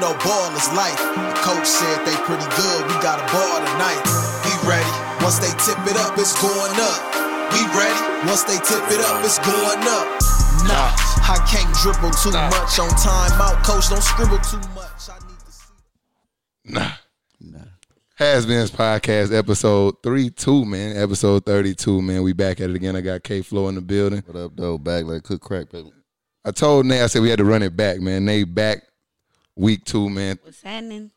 know ball is life. The coach said they pretty good. We got a ball tonight. We ready. Once they tip it up, it's going up. We ready. Once they tip it up, it's going up. Nah, I can't dribble too Nah. much on timeout. Coach, don't scribble too much. I need to see. Nah. Nah. Has Been's podcast episode three two man episode thirty two man we back at it again I got K Flow in the building What up, though? Back like cook crack, baby. I told Nate I said we had to run it back man Nate back week two man What's happening?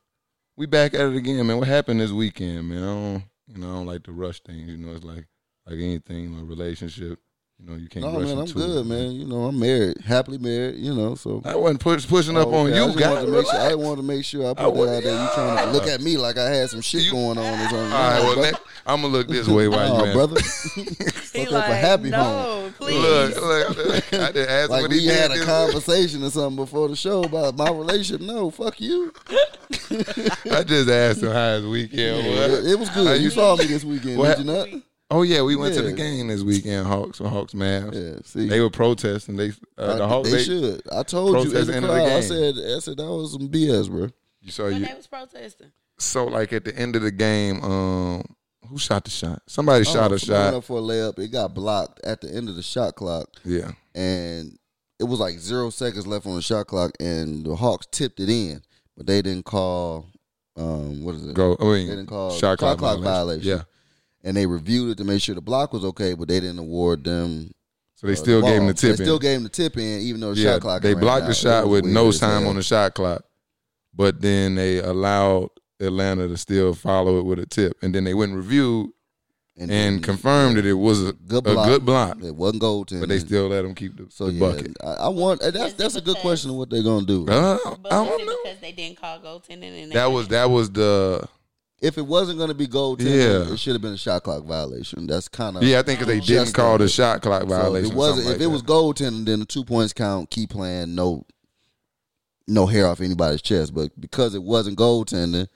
we back at it again, man. What happened this weekend, man? I don't, you know, I don't like to rush things. You know, it's like like anything, like relationship. You know, you can't No, rush man, I'm into good, it. man. You know, I'm married, happily married. You know, so I wasn't push, pushing up Oh, on Okay, I you, just guys. wanted to make sure, I wanted to make sure I put that wanted- out there. You trying to look at me like I had some shit going on or something? All right, well, brother. next, I'm gonna look this way while you Nah, at brother. He Fuck up a like, happy no, home. please. Look, look, I didn't ask Like what he we did. had a this- conversation or something before the show about my relationship. No, fuck you. I just asked him how his weekend It, was. it was How good. you- You saw me this weekend, What- did you not? Oh yeah, we went to the Yeah. game this weekend. Hawks and Hawks Mavs. Yeah, see. They were protesting. They uh, the I- Hawks. they, They, should. I told you in protest the end crowd. of the I game. said, I said that was some BS, bro. you saw When you. they was protesting. So like at the end of the game, um, who shot the shot? Somebody shot Oh, a someone shot. Up for a layup, it got blocked at the end of the shot clock, Yeah. and it was like zero seconds left on the shot clock, and the Hawks tipped it in, but they didn't call. Um, what is it? Go. I mean, They didn't call shot clock, violation. violation. Yeah. And they reviewed it to make sure the block was okay, but they didn't award them. uh, So they still gave him the tip. They in. still gave him the tip in, even though the yeah. shot clock. they ran blocked out. the It shot was with weird no as time hell. on the shot clock, but then they allowed Atlanta to still follow it with a tip, and then they went and reviewed and and, then confirmed that it was a, Good a block. good block, it wasn't gold. but they still let him keep the, So the yeah, bucket. I, I want and that's Yes, that's a good because- question of what they're gonna do. Uh, I But was don't it know. because they didn't call goaltending? And they That was that was the If it wasn't gonna be gold, Yeah. it should have been a shot clock violation. That's kind of yeah. I think 'cause they didn't Just call the that. shot clock violation. Uh, it or wasn't. something like If it that. was goaltending, then the two points count. Keep playing. No, no hair off anybody's chest. But because it wasn't goaltending,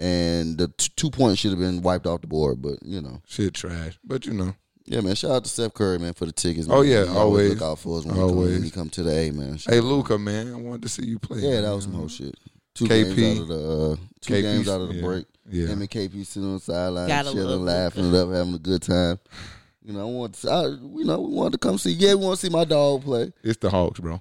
and the t- two points should have been wiped off the board. But you know, shit trash, but you know. yeah, man. Shout out to Steph Curry, man, for the tickets. Oh, man. yeah, He always. look out for us when, he come- Always. when he come to the A, man. Hey Luca, man, I wanted to see you play. Yeah, that man. was some whole shit. Two KP. games out of the uh, two KP, games out of the yeah. break. Yeah. Him and KP sitting on the sideline, Gotta love chilling, laughing it up, having a good time. You know, I want to, I, you know, we wanted to come see. Yeah, we want to see my dog play. It's the Hawks, bro.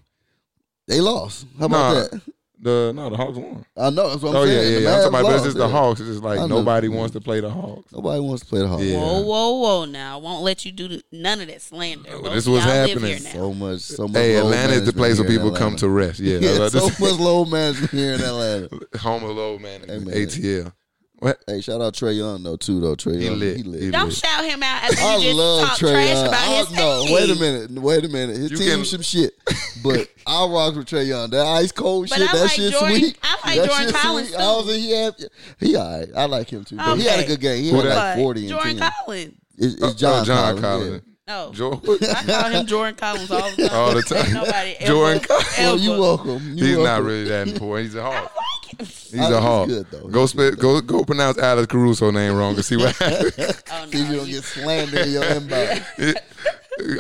They lost. How Nah. about that? The no, the Hawks won. I know that's what I'm oh saying. yeah, The yeah, yeah. I'm Mavs talking about, but it's lost, just the yeah. Hawks. It's just I like know. nobody wants to play the Hawks. Nobody wants to play the Hawks. Yeah. Whoa, whoa, whoa! Now I won't let you do the, none of that slander. Oh, Both this of was y'all live happening. here now. So much, so much. Hey, load Atlanta is the management place where here in people come Atlanta. to rest. Yeah, Yeah, that's so what much low management here in Atlanta. this- home of low man, Hey, man. ATL. What? Hey, shout out Trey Young though too though. Trey He Young, lit. he lit. He Don't lit. shout him out after I you just love talk Trey trash Young. about I- his no, team. wait a minute, wait a minute. His You team can- some shit, but I rock with Trey Young. That ice cold But shit, I that like shit Jordan- sweet. I like That Jordan shit Collins, sweet. I was in- he had, he all right. I like him too. But He had a Okay. good game. He Who had that? But like forty and Jordan ten. Collins. It's, it's Oh, John, John Collins. Collins. No, Jordan. I call him Jordan Collins all the time. All the time. Ain't Nobody ever, Jordan Collins. Yeah. Well, ever. you welcome. You He's not welcome. really that important. He's a I Hawk. like him. He's I- a he's Hawk. good, though. Go He's spit. Go go. Pronounce Alex Caruso name wrong and see what happens. Oh, See if no. you don't get slandered in your inbox.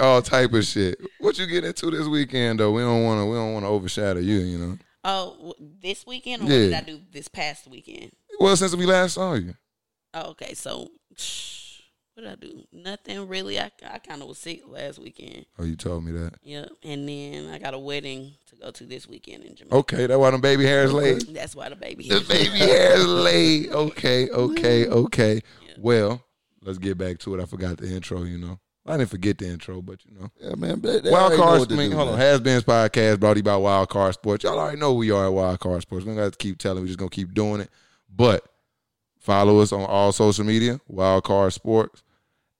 All type of shit. What you get into this weekend though? We don't want to. We don't want to overshadow you. You know. Oh, w- this weekend or Yeah. what did I do this past weekend? Well, since we last saw you, Oh, okay, so what did I do? Nothing really. I I kind of was sick last weekend. oh, you told me that. Yep, and then I got a wedding to go to this weekend in Jamaica. Okay, that's why them baby hairs laid. That's why the baby. Oh, The Here. baby hairs laid. Okay, okay, okay. Well, let's get back to it. I forgot the intro. You know, I didn't forget the intro, but you know. Yeah, man. They, they Wild already know Card what to Swing, do, hold man. on. Has Been's podcast brought to you by Wild Card Sports. Y'all already know we are at Wild Card Sports. We don't got to keep telling. We're just gonna keep doing it. But follow us on all social media, Wild Card Sports,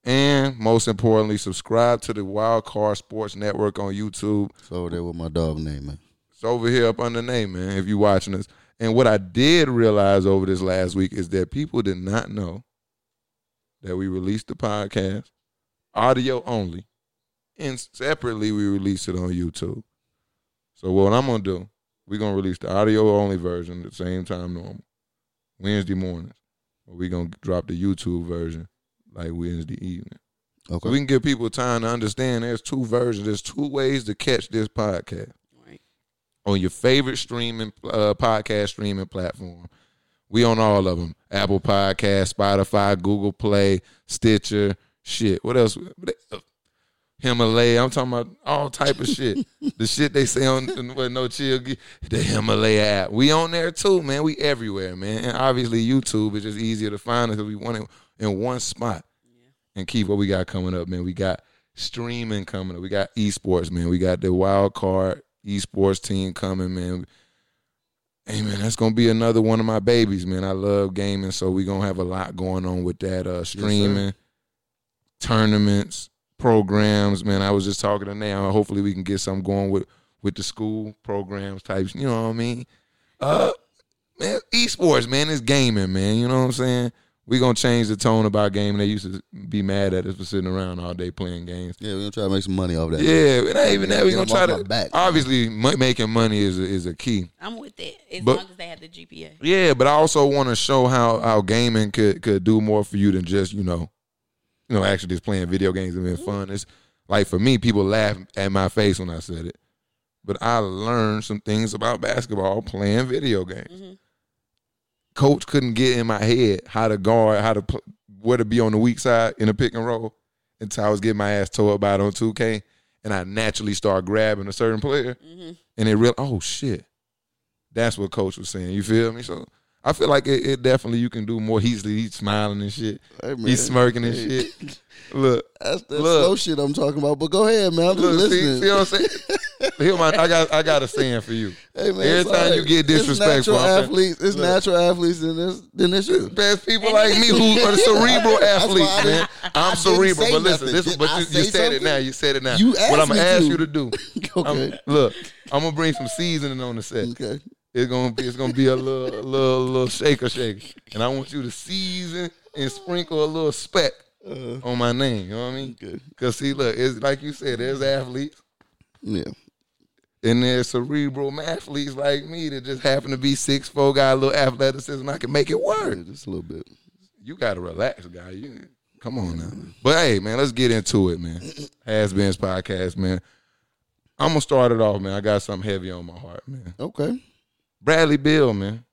and most importantly, subscribe to the Wild Card Sports Network on YouTube. It's over there with my dog name, man. It's over here up under name, man. If you watching us, and what I did realize over this last week is that people did not know that we released the podcast audio only, and separately we released it on YouTube. So what I'm gonna do, we're gonna release the audio only version at the same time normal, Wednesday mornings. But we're gonna drop the YouTube version like Wednesday evening. So Okay. we can give people time to understand there's two versions, there's two ways to catch this podcast Right. on your favorite streaming uh, podcast streaming platform. We on all of them: Apple Podcast, Spotify, Google Play, Stitcher. Shit, what else? Himalaya. I'm talking about all type of shit. the shit they say on what no chill. Gi- The Himalaya app. We on there too, man. We everywhere, man. And obviously YouTube is just easier to find us because we want it in one spot. And keep what we got coming up, man. We got streaming coming up. We got esports, man. We got the wild card esports team coming, man. Hey man, that's gonna be another one of my babies, man. I love gaming, so we gonna have a lot going on with that uh streaming, tournaments, programs, man. I was just talking to now. Hopefully we can get something going with with the school programs types, you know what I mean? Uh man, esports, man, it's gaming, man. You know what I'm saying? we gonna change the tone about gaming. They used to be mad at us for sitting around all day playing games. Yeah, we're gonna try to make some money off that. Yeah, it ain't even that. We Get gonna 'em try off to my back. obviously mo- making money is a, is a key. I'm with that as But- long as they have the GPA. Yeah, but I also want to show how how gaming could could do more for you than just you know, you know, actually just playing video games and being fun. It's like for me, people laugh at my face when I said it, but I learned some things about basketball playing video games. Coach couldn't get in my head how to guard, how to pl- where to be on the weak side in a pick and roll until I was getting my ass tore up out on two K, and I naturally start grabbing a certain player, Mm-hmm. and it real oh shit. That's what coach was saying. You feel me? So I feel like it, it definitely you can do more. He's he's smiling and shit. Hey, man. he's smirking and shit. Look, That's the Look. slow shit I'm talking about. But go ahead, man. I'm just look, see, listening. see what I'm saying? Here, my, I got I got a saying for you. hey, man, Every it's time all you get it's disrespectful, natural I'm saying- athletes. It's Look. natural athletes than this than this you. Best people like me who are cerebral That's why athletes, man. I didn't- I I'm didn't cerebral, say but listen, nothing. this is Did but I you, say you said it something? now. You said it now. You what asked I'm gonna me ask to. you to do? Okay. I'm- look, I'm gonna bring some seasoning on the set. Okay. It's gonna be it's gonna be a little a little little shaker shaker, and I want you to season and sprinkle a little speck on my name. You know what I mean? Okay. Cause see, look, it's like you said, there's athletes Yeah. and there's cerebral athletes like me that just happen to be six four, got a little athleticism. I can make it yeah. work. Just a little bit. You gotta relax, guy. You come on now. But hey, man, let's get into it, man. Has Been's podcast, man. I'm gonna start it off, man. I got something heavy on my heart, man. Okay. Bradley Bill, man.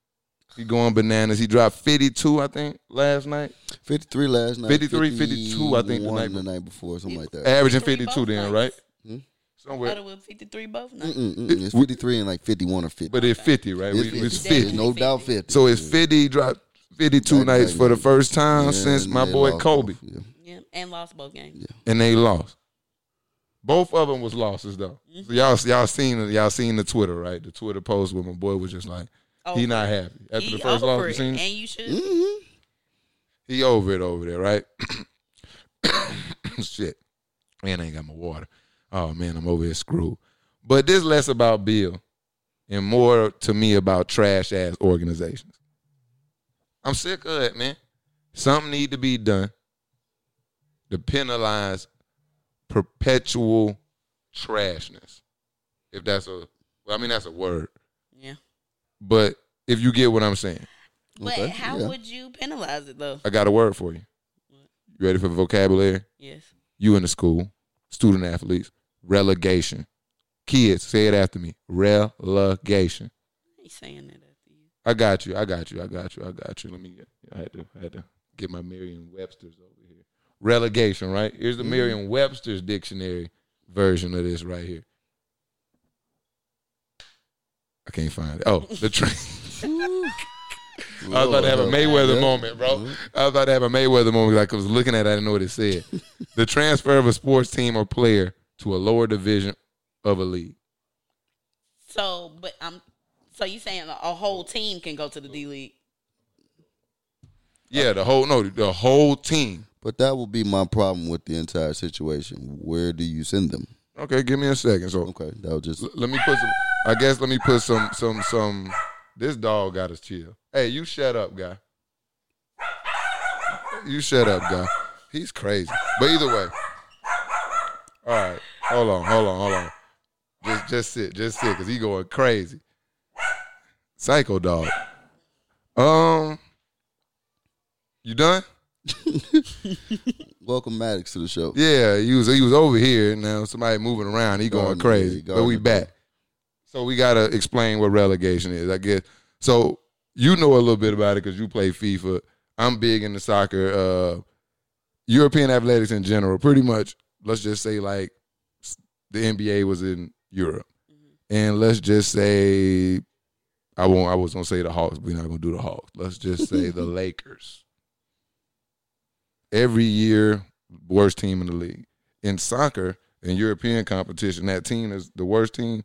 He going bananas. He dropped 52, I think, last night. 53 last night. 53, 52, I think, the 51 night the night before, something like that. Averaging Three 52 then, both right? nights. Somewhere. Other with 53 both nights. Mm-mm, mm-mm. It's 53 and like 51 or 50. But it's 50, right? We- It's It's 50. There's 50. No doubt 50. So it's 50. He dropped 52 Back, nights back, for the back. first time Yeah, since and my they boy lost Kobe. both, yeah. Yeah, and lost both games. And they lost. Both of them was losses, though. Mm-hmm. So y'all, y'all seen y'all seen the Twitter, right? The Twitter post where my boy was just like, he Over not it. happy. After Oh, He the first over loss, you it, seen it? and you should. He over it over there, right? Shit. Man, I ain't got my water. Oh man, I'm over here screwed. But this less about Bill and more to me about trash ass organizations. I'm sick of it, man. Something need to be done to penalize perpetual trashness. If that's a well, I mean that's a word. Yeah. But if you get what I'm saying, But Okay, how yeah. would you penalize it though? I got a word for you. You ready for vocabulary? Yes. you in the school, student athletes, relegation. Kids, say it after me. Relegation. He's saying that after you. I got you. I got you. I got you. I got you. Let me get. I had to. I had to get my Merriam Webster's over here. Mm-hmm. Relegation, right? Here's the Merriam Webster's dictionary version of this right here. I can't find it. Oh, the train. I was about to have a Lord, Mayweather yeah. Mm-hmm. moment, bro. I was about to have a Mayweather moment. Like I was looking at, it, I didn't know what it said. the transfer of a sports team or player to a lower division of a league. So, but I'm. So you saying a whole team can go to the D League? Uh, Yeah, the whole no, the whole team. But that will be my problem with the entire situation. Where do you send them? Okay, give me a second. So Okay, that was just L- let me put some. I guess let me put some some some. This dog got us chill. Hey, you shut up, guy. You shut up, guy. He's crazy. But either way, all right. Hold on, hold on, hold on. Just just sit, just sit, cause he going crazy. Psycho dog. Um, you done? welcome Maddox to the show. Yeah, he was he was over here. Now somebody moving around. He going Gardner, crazy. yeah, but we Gardner. back. So we gotta explain what relegation is, I guess. So you know a little bit about it because you play FIFA. I'm big into soccer, uh, European athletics in general. Pretty much, let's just say like s- the NBA was in Europe, and let's just say I won't. I was gonna say the Hawks. We're not gonna do the Hawks. Let's just say the Lakers. Every year, worst team in the league in soccer in European competition. That team is the worst team.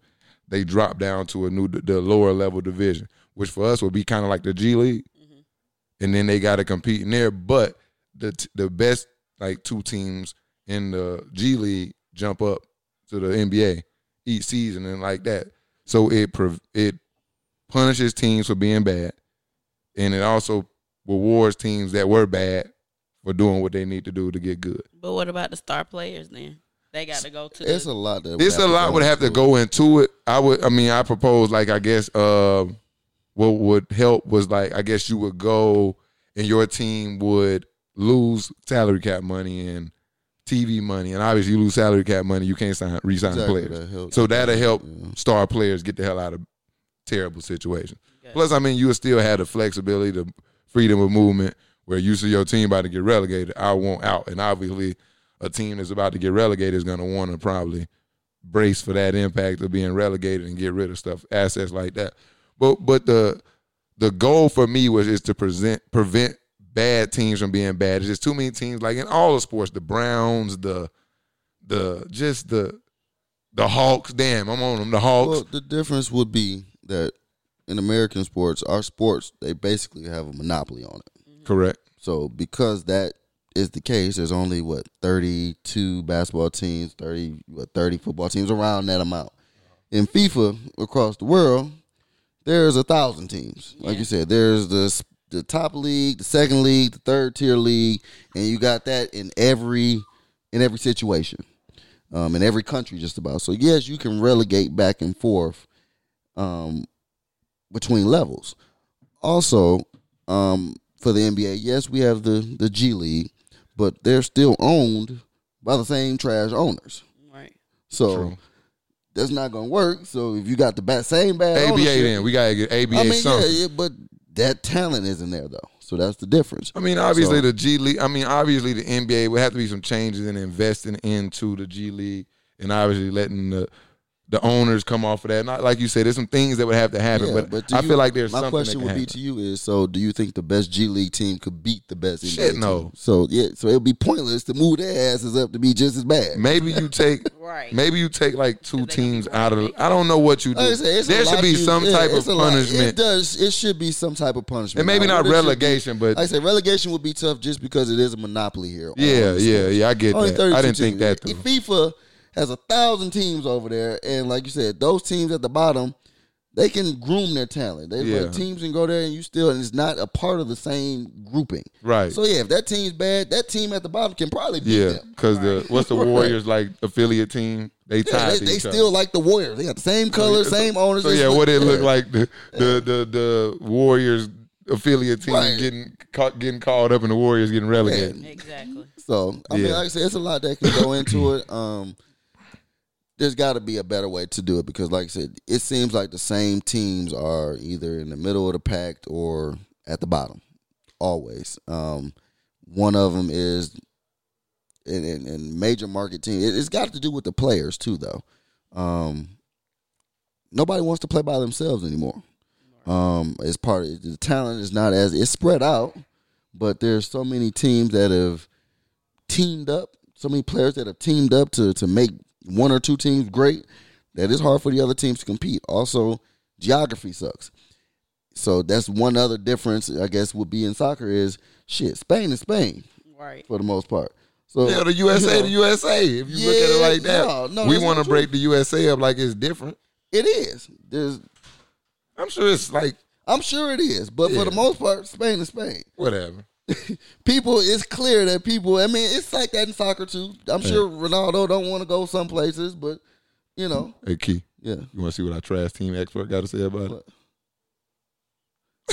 They drop down to a new the lower level division, which for us would be kind of like the G League, Mm-hmm. and then they got to compete in there. But the t- the best like two teams in the G League jump up to the NBA each season and like that. So it prov- it punishes teams for being bad, and it also rewards teams that were bad for doing what they need to do to get good. But what about the star players then? They got to go to. It's a the, lot that It's a lot would have to go into it. I would. I mean, I propose like I guess um, what would help was like I guess you would go and your team would lose salary cap money and TV money, and obviously you lose salary cap money, you can't sign resign Exactly, players. that helps. so that'll help Yeah. star players get the hell out of terrible situations. Plus, I mean, you would still have the flexibility, the freedom of movement, where you see your team about to get relegated. I want out, and obviously, a team that's about to get relegated is going to want to probably brace for that impact of being relegated and get rid of stuff, assets like that. But but the the goal for me was is to present prevent bad teams from being bad. It's just too many teams, like in all the sports, the Browns, the the just the the Hawks. Damn, I'm on them. The Hawks. Well, the difference would be that in American sports, our sports they basically have a monopoly on it. Correct. So because that is the case, there's only what 32 basketball teams, 30 what 30 football teams around that amount. In FIFA across the world, there's a thousand teams. Like you said, there's the s- the top league, the second league, the third tier league, and you got that in every in every situation, um, in every country, just about. So yes, you can relegate back and forth um, between levels. Also, um, for the NBA, yes, we have the the G League, but they're still owned by the same trash owners. right. So True. that's not gonna work. So if you got the bad, same bad ABA ownership- then. We gotta get ABA I mean, yeah, something. yeah, but that talent isn't there though. So that's the difference. I mean, obviously So- the G League. I mean, obviously the NBA would have to be some changes in investing into the G League, and obviously letting the the owners come off of that. Not like you said, there's some things that would have to happen, Yeah, but, do I you- feel like there's my something question that would can be happen. to you is so do you think the best G League team could beat the best? NBA Shit, team? no. So yeah, so it would be pointless to move their asses up to be just as bad. Maybe you take. Right. Maybe you take like two they gonna teams be out of. relegated. I don't know what you do. Like I said, it's a there should lot be you- some yeah, type of it's a lot. It punishment, does. It should be some type of punishment. and maybe Now, not whether it should be- relegation, but Like I said, relegation would be tough just because it is a monopoly here. Um, yeah, yeah, yeah. I get Only that. 32 I didn't think teams. that through. If FIFA has a thousand teams over there, and like you said, those teams at the bottom, they can groom their talent. They Yeah. like, teams can go there, and you still, and it's not a part of the same grouping. Right. So yeah, if that team's bad, that team at the bottom can probably beat Yeah, them. because the what's the Right. Warriors like affiliate team? They Yeah, tied they to they each other. still like the Warriors. They got the same colors, same owners. So They yeah, look- what it look like the the the, the Warriors affiliate team Right. getting caught, getting called up and the Warriors getting relegated. Exactly. So I mean, Yeah. like I said, it's a lot that can go into it. Um, there's got to be a better way to do it because, like I said, it seems like the same teams are either in the middle of the pack or at the bottom, always. Um, one of them is in, in, in major market team. It, it's got to do with the players too, though. Um, nobody wants to play by themselves anymore. Um, it's part of the talent is not as it's spread out, but there's so many teams that have teamed up, so many players that have teamed up to to make one or two teams great that it's hard for the other teams to compete. Also, geography sucks. So that's one other difference I guess would be in soccer is shit, Spain is Spain Right. for the most part. So Yeah, the USA, you know, the USA. If you look at it Yeah, like that, no, no, we that's want not to true. break the USA up like it's different. it is. There's I'm sure it's like I'm sure it is, but Yeah. for the most part, Spain is Spain. whatever. people it's clear that people i mean it's like that in soccer too i'm sure ronaldo don't want to go some places but you know Hey, Key, yeah you want to see what our trash team expert got to say about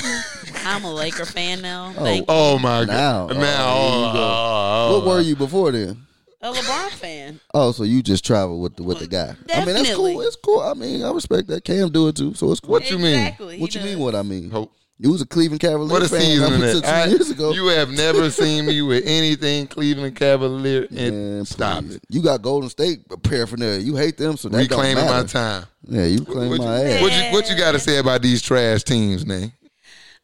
it? What? I'm a Laker fan now. Oh. Thank Oh my Now. god! Oh, Now, here you go. oh, oh, what oh. were you before then a LeBron fan. Oh, so you just travel with the with the guy? I mean, that's cool. Definitely. It's cool. I mean, I respect that. Cam do it too, so it's cool. What you mean? Exactly. What He you does. mean? What I mean? oh. Hope. You was a Cleveland Cavalier What a fan season up it until is. two I- years ago. You have never seen me with anything Cleveland Cavalier. And Man, stop please. it. You got Golden State paraphernalia. You hate them, so that Reclaiming don't my matter. time. Yeah, you claim What you, my ass. what you what you got to say about these trash teams, Nay?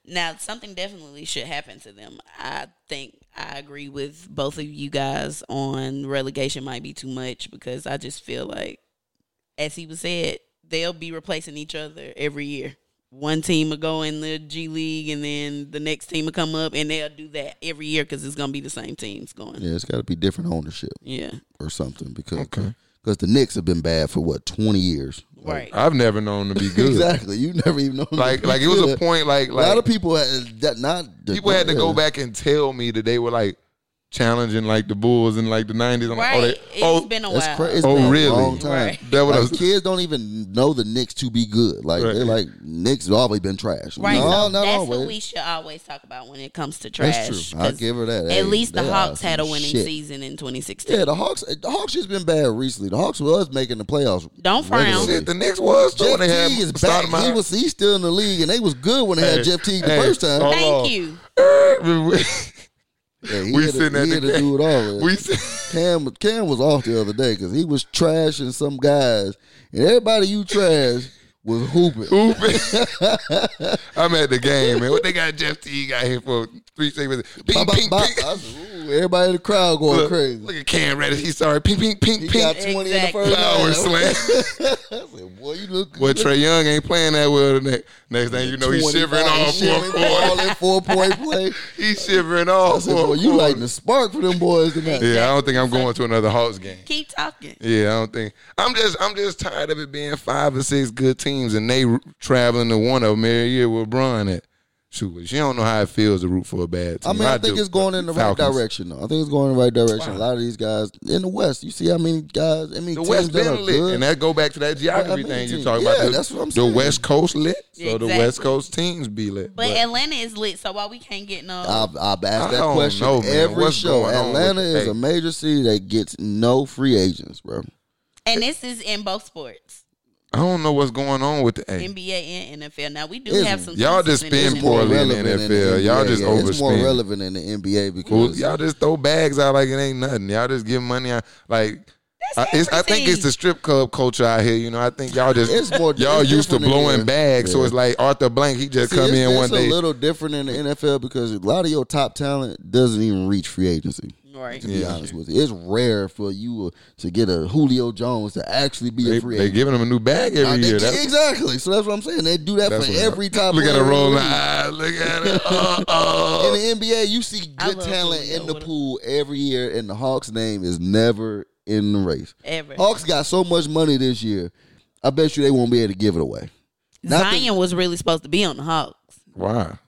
Now, something definitely should happen to them. I think I agree with both of you guys on relegation might be too much because I just feel like, as he was said, they'll be replacing each other every year. One team will go in the G League, and then the next team will come up, and they'll do that every year because it's gonna be the same teams going. Yeah. Yeah, it's got to be different ownership or something because Okay. cause the Knicks have been bad for what twenty years. right. I've never known them to be good. exactly. You never even know. Like like it was a Yeah. point like a lot like of people had that not people had to go yeah. back and tell me that they were like challenging like the Bulls in like the nineties. I'm right. like, It's oh, they, been a That's while. crazy. It's Oh, been a really? Long time. Right. That what I Like, was- kids don't even know the Knicks to be good. Like Right. they're like Knicks have always been trash. Right. No, so not that's always. what we should always talk about when it comes to trash. That's true. I'll 'cause give her that. Hey, At least the they are Hawks had a some winning shit. season in 2016. Yeah, the Hawks. The Hawks just been bad recently. The Hawks was making the playoffs. Don't oh frown. shit, the Knicks was too. Jeff They had Teague is back. started my- He was he's still in the league, and they was good when they Hey, had Jeff Teague hey, the first time. oh, Thank Lord. you. yeah, he we had sitting to, at he the had to do it all. we sit- Cam Cam was off the other day because he was trashing some guys, and everybody you trash was hooping. Hooping. I'm at the game, man. What they got Jeff Teague out here for three seconds? Pink, Bop, bop, pink, bop. pink. I said, ooh, everybody in the crowd going Look, Oh, crazy. look at Cam Reddish. He's sorry. Pink, pink, he pink, got pink. 20 Exactly. in the first Power half. slam. I said, boy, you look Well, Trey Young ain't playing that well today. Next thing you know, he's 25, shivering all four shivering all quarters. that four-point play. He's shivering I all said, four boy, you quarters. lighting the spark for them boys tonight. Yeah, I don't think I'm going to another Hawks game. Keep talking. Yeah, I don't think I'm just I'm just tired of it being five or six good teams and they r- traveling to one of them every year with Bron at. Shoot, but you don't know how it feels to root for a bad team. I mean, I, think do. it's going in the right Falcons. direction, though. I think it's going in the right direction. A lot of these guys in the West, you see how many guys, I mean, The teams West that are been lit, good. and that go back to that geography I mean, thing you team- talking yeah, about. The, that's what I'm the saying. West Coast lit, so the West Exactly. Coast teams be lit. But Atlanta is lit, so why we can't get no? I've, I've I asked that don't question know, man. every What's show. going on with Atlanta the- is a major city that gets no free agents, bro. and this is in both sports, I don't know what's going on with the A. NBA and NFL. Now we do Isn't have it? some. Y'all just seasons in spin the- poorly in the relevant NFL. Y'all just yeah. It's more overspend. relevant in the NBA Well, because y'all just throw bags out like it ain't nothing. Y'all just give money out like. I, it's, I think it's the strip club culture out here. You know, I think y'all just It's more- y'all it's used to different in blowing here. bags, so Yeah. it's like Arthur Blank. He just See, come it's, in it's one a day. little different in the NFL because a lot of your top talent doesn't even reach free agency. right. To be Yeah. honest with you, it's rare for you to get a Julio Jones to actually be They, a free they agent. giving him a new bag Uh, every they year. get- That's, exactly. So that's what I'm saying. They do that that's for what- every top. Look at her player in the rolling league. eye. Look at it. Uh, uh. In the NBA, you see I good love talent Julio in the with a- pool every year, and the Hawks' name is never in the race. Ever. Hawks got so much money this year. I bet you they won't be able to give it away. not the- Zion was really supposed to be on the Hawks. Why?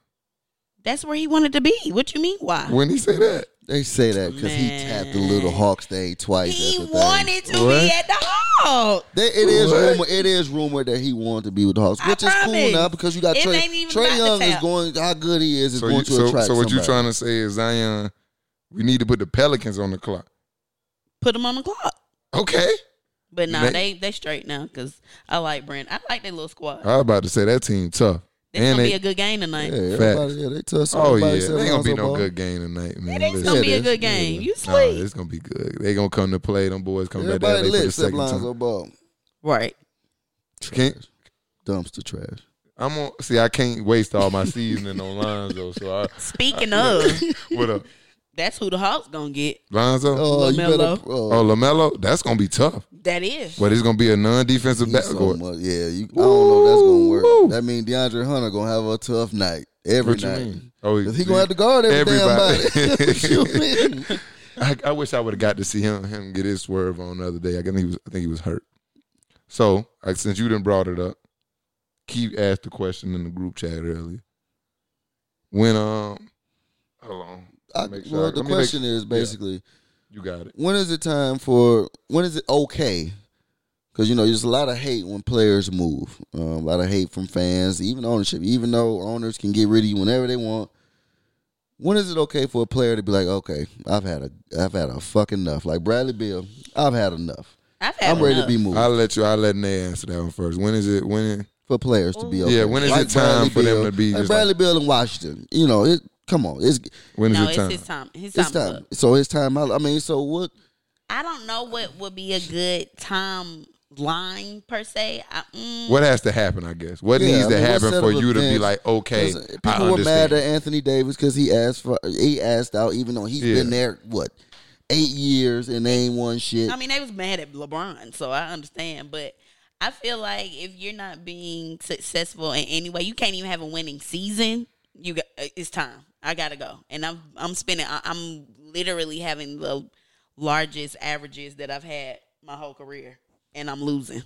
That's where he wanted to be. What you mean? Why? When he say that? They say that because he tapped the little Man. Hawks thing twice. that's he the thing. wanted to What? be at the Hawks. They, it is What? rumor. It is rumored that he wanted to be with the Hawks, I which is cool promise. now because you got It Trey. ain't even Trey about the Young is talent. going. How good he is is So going you, to so, attract. so what you somebody. trying to say is Zion? We need to put the Pelicans on the clock. Put him on the clock. Okay. But nah, They- they they, straight now because I like Brent. I like their little squad. I was about to say that team tough. It's and gonna they, be a good game tonight. Uh, Yeah, Facts. everybody. Yeah, they touch. oh yeah, everybody it said ain't gonna be Lonzo no Ball. good game tonight, man. It ain't Listen. gonna be it a is. good game. You Nah, sleep. it's gonna be good. They gonna come to play. Them boys come back there Everybody for lit the except second Lonzo time. Ball. right. Can't- Dumpster trash. I'm on. See, I can't waste all my seasoning on Lonzo. So I, Speaking of, what up, Uh, that's who the Hawks gonna get. Lonzo? Oh, you better. LaMelo. Oh, Oh, Lamelo. That's gonna be tough. That is. But it's gonna be a non-defensive he's so backcourt. much. Yeah, you, I don't know. if That's gonna work. Woo. That means DeAndre Hunter gonna have a tough night every What you night. mean? Oh, 'Cause He gonna have to guard every damn body. Everybody. What you mean? I, I wish I would have got to see him him get his swerve on the other day. I think he was I think he was hurt. So I, since you didn't brought it up, Keith asked the question in the group chat earlier. When um, hold on, I, Make sure I- well, the let me make- question is basically. you got it. when is it time for when is it okay because you know there's a lot of hate when players move um, a lot of hate from fans even ownership even though owners can get rid of you whenever they want When is it okay for a player to be like, okay, I've had a, I've had a fuck enough. Like Bradley Bill, I've had enough. I've had I'm ready to enough. be moved. I'll let you. I'll let Nay answer that one first. When is it? When? for players to be Yeah, okay. when is it time for them Bill, to be like just Bradley Bill in Washington? You know, it. Come on, it's When is no, it it's time? his time. His time. it's is up. time. So it's time. out. I mean, so what? I don't know what would be a good timeline per se. I, mm, What has to happen? I guess. What Yeah, needs I to mean, what happen set for of you to be events- like, okay, Listen, people I were mad understand. at Anthony Davis because he asked for he asked out, even though he's Yeah. been there what eight years and they ain't won shit. I mean, they was mad at LeBron, so I understand. But I feel like if you're not being successful in any way, you can't even have a winning season. You got it's time. I gotta go, and I'm I'm spending. I- I'm literally having the largest averages that I've had my whole career, and I'm losing.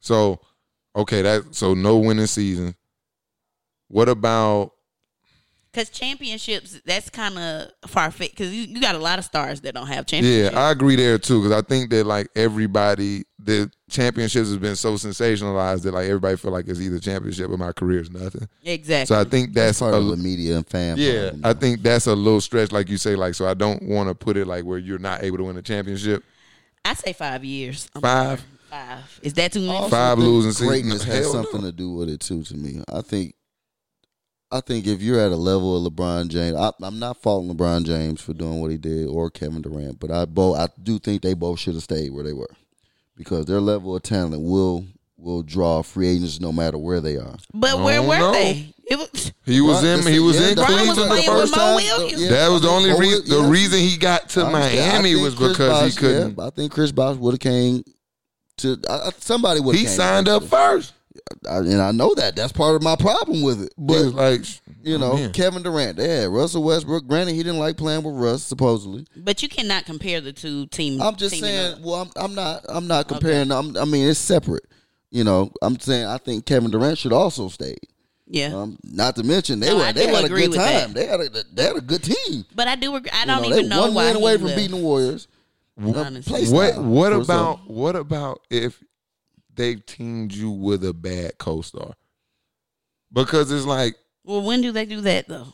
So, okay, that so no winning season. What about Cause championships, that's kind of far fetched. Cause you, you got a lot of stars that don't Yeah, have championships. I agree there too because I think that like everybody, the championships has been so sensationalized that like everybody feel like it's either championship or my career is nothing. exactly. So I think that's part a, of the media and fan. yeah, problem. I think that's a little stretch, like you say, like so I don't want to put it like where you're not able to win a championship. I say five years. I'm Five? sorry. Five. Is that too much? Five. I think losing seasons. Greatness has Hell no. something to do with it too. To me, I think, I think if you're at a level of LeBron James, I, I'm not faulting LeBron James for doing what he did or Kevin Durant, but I both I do think they both should have stayed where they were because their level of talent will will draw free agents no matter where they are. But where don't were know. they? It was, He was Right? in, he was Yeah, in that's- Brian Cleveland was the playing with first Mo time. Williams. Yeah, That was the I mean, only Mo Will- reason. The yeah. reason he got to I understand. I Miami think was Chris because Bosh- he couldn't. yeah, I think Chris Bosh would have came to. I, I- somebody would. he signed up first. and I know that. That's part of my problem with it. But But like, you know, man. Kevin Durant, they had Russell Westbrook. Granted, he didn't like playing with Russ. Supposedly, But you cannot compare the two teams. I'm just teaming saying. Mm-hmm. up. Well, I'm, I'm not. I'm not comparing. I'm, I mean, it's separate. You know, I'm saying I think Kevin Durant should also stay. Yeah. Um, not to mention they No, I were they do had a agree good with that. time. They had a they had a good team. but I do. Agree, I You don't know, even they know one why win he away from left. beating the Warriors. Honestly. Play What style. what So- so- about what about if they teamed you with a bad co-star? Because it's like Well, when do they do that though?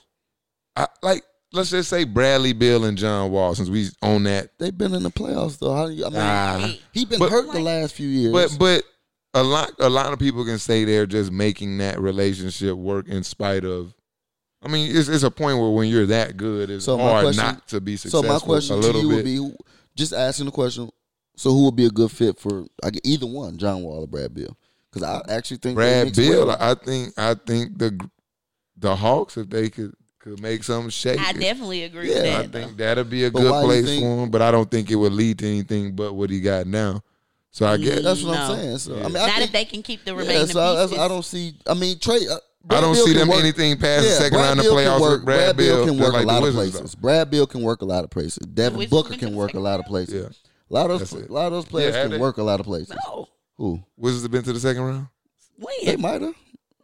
I like let's just say Bradley Bill and John Wall since we on that. They've been in the playoffs though. How do you, I mean, Ah. he been But- hurt the last few years. But but a lot a lot of people can say they're just making that relationship work in spite of I mean, it's, it's a point where when you're that good, it's So my hard question- not to be so successful. my question a to you little bit. would be, who- just asking the question. So who would be a good fit for I get either one, John Wall or Brad Bill? Because I actually think they Brad mix Bill. well. I think I think the the Hawks if they could could make something shake. I it. definitely agree Yeah, with I that. think that'd be a But why good you place think- for him, but I don't think it would lead to anything but what he got now. So I guess That's what No. I'm saying. So I Yeah. mean, I not think, if they can keep the yeah, remaining so I, that's- pieces. I don't see. I mean, Trey. Uh, I Brad don't Beal see can them work- anything past the Yeah, second Brad round of Bill can playoffs work, with Brad, Bill. can They're work like a the lot of Wizards, places. Brad Bill can work a lot of places. Devin Wizards Booker can can come work a second lot of though. Yeah. places. A lot of That's those, it. a lot of those players have can they? work a lot of places. no. Who Wizards have been to the second round? they When? might have.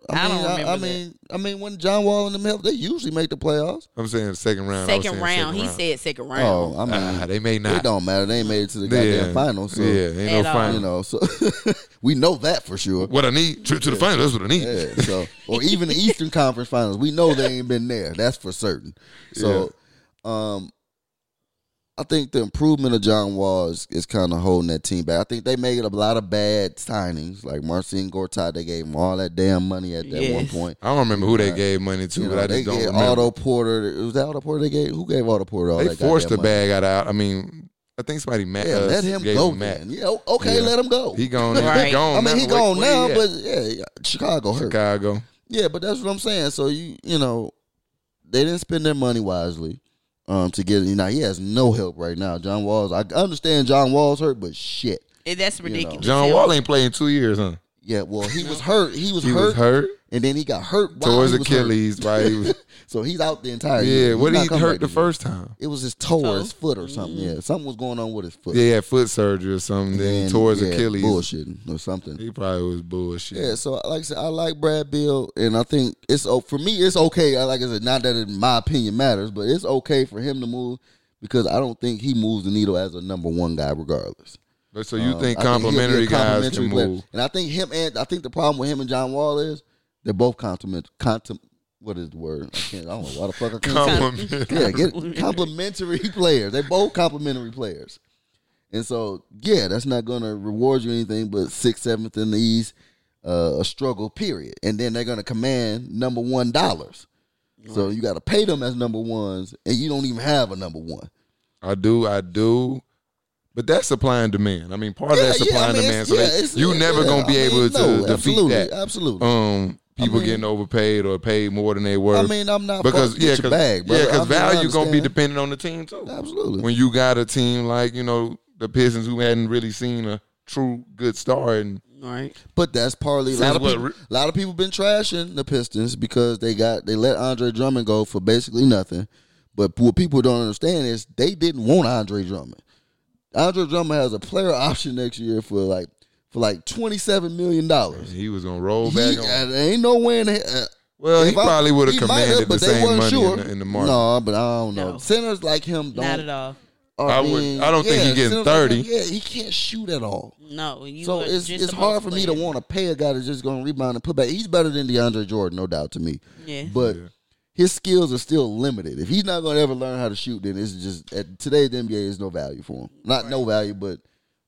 I don't mean, I, remember that. mean, I mean, when John Wall and them help, they usually make the playoffs. I'm saying the second round. I was Second saying round. second He round. said second round. Oh, I mean, ah, they may It not. don't matter. They ain't made it to the yeah. goddamn final. So, yeah, ain't no At all. final. you know, so we know that for sure. What I need trip to the final. That's what I need. Yeah, so or even the Eastern Conference Finals, we know they ain't been there. That's for certain. So, um, I think the improvement of John Wall is, is kind of holding that team back. I think they made a lot of bad signings, like Marcin Gortat. They gave him all that damn money at that one Yes. point. I don't remember who they gave money to, You but know, I they just don't gave remember. Otto Porter. It was that Otto Porter they gave. Who gave Otto Porter all they that? forced the goddamn money? bag out. I mean, I think somebody Matt. Yeah, uh, let him gave go. Matt. Then. Yeah, o- okay, Yeah. let him go. He gone. He Right. gone. I mean, now. he Wait, gone where now, he at? but yeah, Chicago hurt. Chicago. Yeah, but that's what I'm saying. So you you know, they didn't spend their money wisely. Um, to get you know he has no help right now. John Wall's I understand John Wall's hurt, but shit. Eh, That's ridiculous. John Yeah. Wall ain't playing two years, huh? Yeah, well he was hurt. He was He hurt, was hurt and then he got hurt while towards he was hurt. Achilles, right? He was, So he's out the entire year. yeah, He's what not did he coming hurt back the this year. first time? It was his toe or Toe? his foot or something. Yeah, something was going on with his foot. Yeah, he had foot surgery or something. Then he And, towards yeah, Achilles. bullshitting or something. He probably was bullshit. Yeah, so like I said, I like Brad Bill, and I think it's o- for me. It's okay. I- Like I said, not that it, my opinion matters, but it's okay for him to move because I don't think he moves the needle as a number one guy, regardless. But so you Um, think I he'll be a complimentary guys complimentary can player. move? and I think him and I think the problem with him and John Wall is they're both compliment, contem, what is the word? I, can't, I don't know why the fuck I can't. say it. Compliment. yeah, get complimentary players. They both complimentary players. And so, yeah, that's not going to reward you anything but sixth, seventh in the East, uh, a struggle, period. And then they're going to command number one dollars. So you got to pay them as number ones, and you don't even have a number one. I do, I do. But that's supply and demand. I mean, part of Yeah, that's yeah, supply I and mean, demand. it's- So yeah, that- it's- you're yeah, never gonna be I able mean, to no, defeat absolutely, that. Absolutely. Um, people mean- getting overpaid or paid more than they were. I mean, I'm not because yeah, your because bag, brother. yeah, I because mean, I value gonna be understand. dependent on the team too. Absolutely. When you got a team like you know the Pistons who hadn't really seen a true good star and Right. But that's partly a Since lot of what, people, re- a lot of people been trashing the Pistons because they got they let Andre Drummond go for basically nothing. But what people don't understand is they didn't want Andre Drummond. Andre Drummond has a player option next year for like for like twenty seven million dollars. he was gonna roll He- back uh, on. there ain't no way in the, uh, Well, he if I- probably would have he might commanded the but they same weren't money sure. in, the, in the market. No, but I don't know. No. Centers like him don't. Not at all. are I would- being- I don't think he getting centers like him, 30. Yeah, he can't shoot at all. No. You So are it's just it's the hard most for me to player. want to pay a guy that's just going to rebound and put back. He's better than DeAndre Jordan, no doubt to me. Yeah. But Yeah. his skills are still limited. If he's not going to ever learn how to shoot, then it's just at today's NBA is no value for him. Not no value, but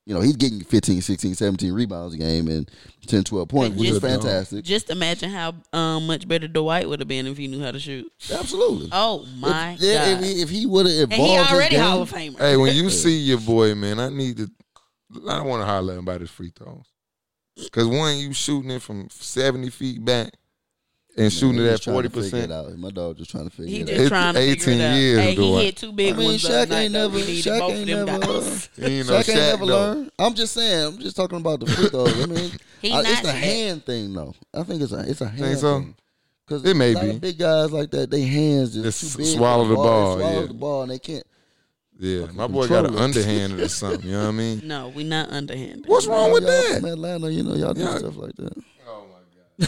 you know, he's getting 15, 16, 17 rebounds a game and 10, 12 points, But which is just- fantastic. Just imagine how um, much better Dwight would have been if he knew how to shoot. Absolutely. Oh my if, yeah, god! if he, if he would have evolved and he his already game- Hall of Famer. Hey, when you see your boy, man, I need to. I don't want to holler at him about his free throws. Cause one, you shooting it from seventy feet back and Man, shooting he it was at trying to forty figure it percent. out. My dog just trying to figure he it just It's out. trying to figure 18 it out. years hey, he Dwight. hit two big I mean, ones. Shaq last night, ain't though. never- We needed Shaq both ain't of them never, guys. He ain't no Shaq ain't Shaq, never though. learned. I'm just saying. I'm just talking about the free throws. I mean, He I- it's not the Shaq. hand thing though. I think it's a it's a hand so? thing. Cause It may a lot of be. big guys like that, they hands just, Just too big swallow for the ball, They swallow yeah. the ball, and they can't. Yeah, my boy got an control it. underhanded or something. You know what I mean? No, we not underhanded. What's wrong with y'all that? From Atlanta, you know, y'all do Yeah. stuff like that. Oh my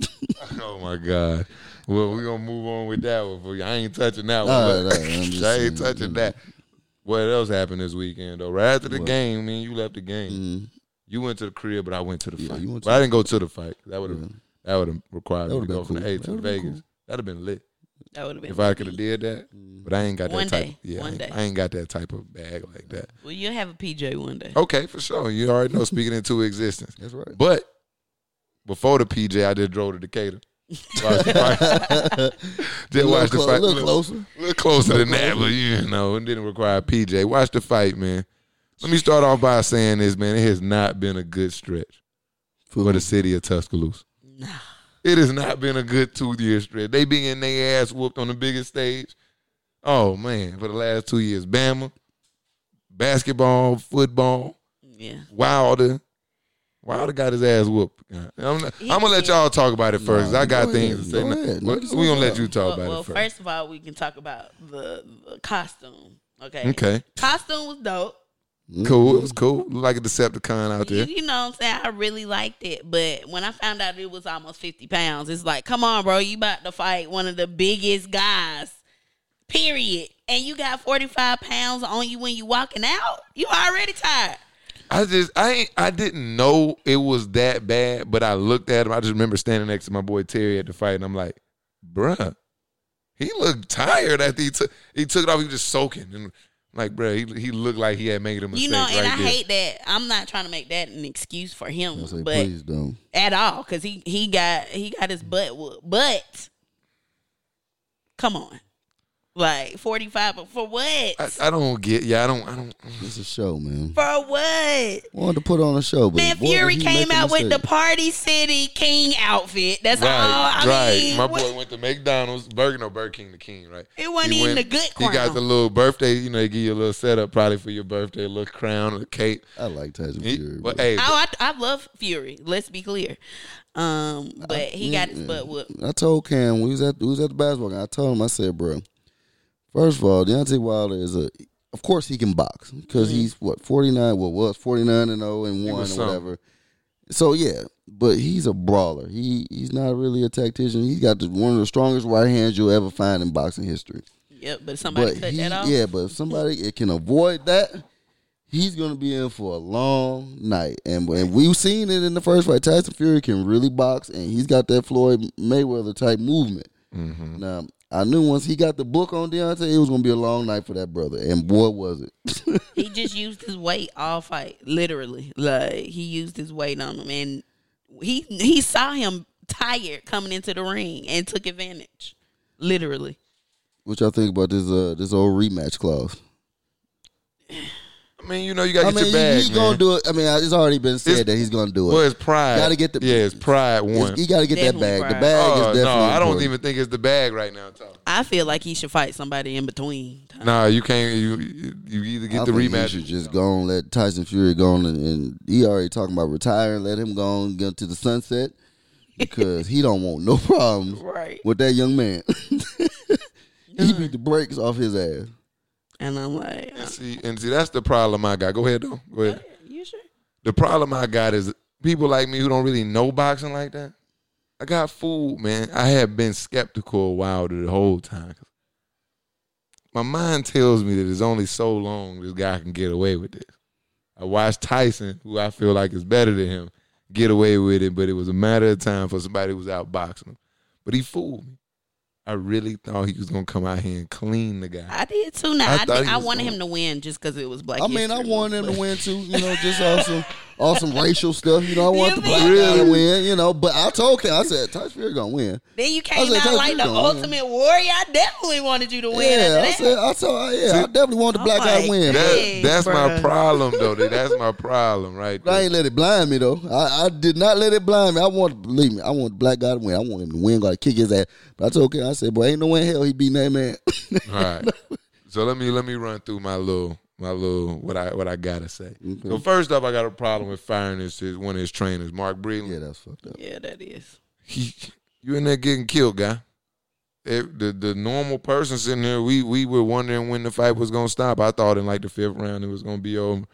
god. oh my god. Well, we're gonna move on with that one for you. I ain't touching that one. All right, but- all right, I'm just I ain't saying. touching that. What else happened this weekend though? Right after the game, man, you left the game. Mm. You went to the crib, but I went to the fight. you went but I didn't go to the fight. That would have that would have required me to would've go been from the cool. A That to would've been Vegas. That'd have been lit. That would have been. If I could have did that, Mm-hmm. but I ain't got One that type. day, yeah, I one ain't- day. I ain't got that type of bag like that. well, you'll have a PJ one day. Okay, for sure. You already know speaking into existence. That's right. But before the PJ, I just drove to Decatur. Watch the fight. just a watch the little, fight. clo- a little closer. A little closer than that, but you know, it didn't require PJ. Watch the fight, man. Let me start off by saying this, man. It has not been a good stretch for the city of Tuscaloosa. It has not been a good two year stretch. They been getting their ass whooped on the biggest stage. Oh man, for the last two years, Bama, basketball, football, Yeah. Wilder. Wilder got his ass whooped. I'm, I'm gonna let y'all talk about it first. 'cause I got go things ahead, to say. go now. ahead. Well, Knock yourself we gonna let out. you talk Well, about well, it first. first. of all, we can talk about the, the costume. Okay. Okay, Costume was dope. cool. It Mm-hmm. was cool. Looked Like a Decepticon out You, there. you know what I'm saying? I really liked it. But when I found out it was almost 50 pounds, it's like, come on, bro. You about to fight one of the biggest guys, period. And you got 45 pounds on you when you walking out. You already tired. I just I ain't, I didn't know it was that bad, but I looked at him. I just remember standing next to my boy Terry at the fight, and I'm like, bruh, he looked tired after he took he took it off. He was just soaking and. Like, bruh, he, he looked like he had made a mistake. You know, and right I there. hate that. I'm not trying to make that an excuse for him, I say, but please don't. at all, because he he got he got his butt whooped. But come on, like 45 but for what? I, I don't get. Yeah, I don't. I don't. It's a show, man. for what? Wanted to put on a show, but Man, boy, Fury did he came make a out with the mistake. Party City King outfit. That's Right, all. I right. mean, My what- boy went to McDonald's, Burger, no Burger King, the King, right? It wasn't He even a good He got crown. the little birthday, you know, they give you a little setup probably for your birthday, a little crown, a cape. I like Tyson He- Fury. but but- hey, oh, I, I love Fury. Let's be clear. Um, but he got his butt whooped. I told Cam when we was at we was at the basketball game. I told him I said, bro, first of all, Deontay Wilder is a. Of course, he can box because he's what forty nine. What was forty nine and zero and one or Mm. was something. whatever. So yeah, but he's a brawler. He he's not really a tactician. He's got the, one of the strongest right hands you'll ever find in boxing history. Yep, but somebody but cut he, that off. yeah, but if somebody it can avoid that, he's gonna be in for a long night. And and we've seen it in the first fight. Tyson Fury can really box, and he's got that Floyd Mayweather type movement. Mm-hmm. Now I knew once he got the book on Deontay, it was gonna be a long night for that brother, and boy was it. He just used his weight all fight, literally. Like he used his weight on him, and he he saw him tired coming into the ring and took advantage, literally. what y'all think about this uh this old rematch clause? I mean, you know, you got I to get mean, your bag, he's man. gonna do it. I mean, it's already been said It's- that he's gonna do it. Well, it's pride. Gotta get the- yeah, it's pride one. It's- he got to get that Definitely bag. The pride. bag Oh, is definitely. no, I don't important. even think it's the bag right now. Tom. I feel like he should fight somebody in between. Nah, you can't. You you either get I the think he rematch. should just go on, let Tyson Fury go on, and, and he already talking about retiring. Let him go on, get to the sunset because he don't want no problems Right. with that young man. he beat the brakes off his ass. And I'm like, uh, and see, and see, that's the problem I got. Go ahead though. Go ahead. you sure? The problem I got is people like me who don't really know boxing like that. I got fooled, man. I have been skeptical of Wilder the whole time. My mind tells me that there's only so long this guy can get away with this. I watched Tyson, who I feel like is better than him, get away with it, but it was a matter of time for somebody who was out boxing him. But he fooled me. I really thought he was gonna come out here and clean the guy. I did too. Now I I, thought think he I was wanted gonna- him to win just because it was black. I mean, I History want him Month, to win too. You know, just on some on some racial stuff. You know, I want You the black guy to Really? win. You know, but I told him, I said Tyson Fury gonna win. but- Then you I came said, out "Tyson like the gonna win." Ultimate Warrior. I definitely wanted you to win. Yeah, after I that. said, I told, yeah, I See- definitely want the I'm black guy to like, win. That, Hey, that's my bruh. problem, though. dude. That's my problem, right? But I there. ain't let it blind me though. I, I did not let it blind me. I want believe me. I want the black guy to win. I want him to win. Got to kick his ass. But I told him, I said, boy, ain't no way in hell he beating that man. All right. So let me let me run through my little my little what I what I gotta say. So first off, I got a problem with firing his, his one of his trainers, Mark Breland. yeah, that's fucked up. yeah, that is. He, you in there getting killed, guy. It- the the normal person sitting there, we we were wondering when the fight was gonna stop. I thought in like the fifth round it was gonna be over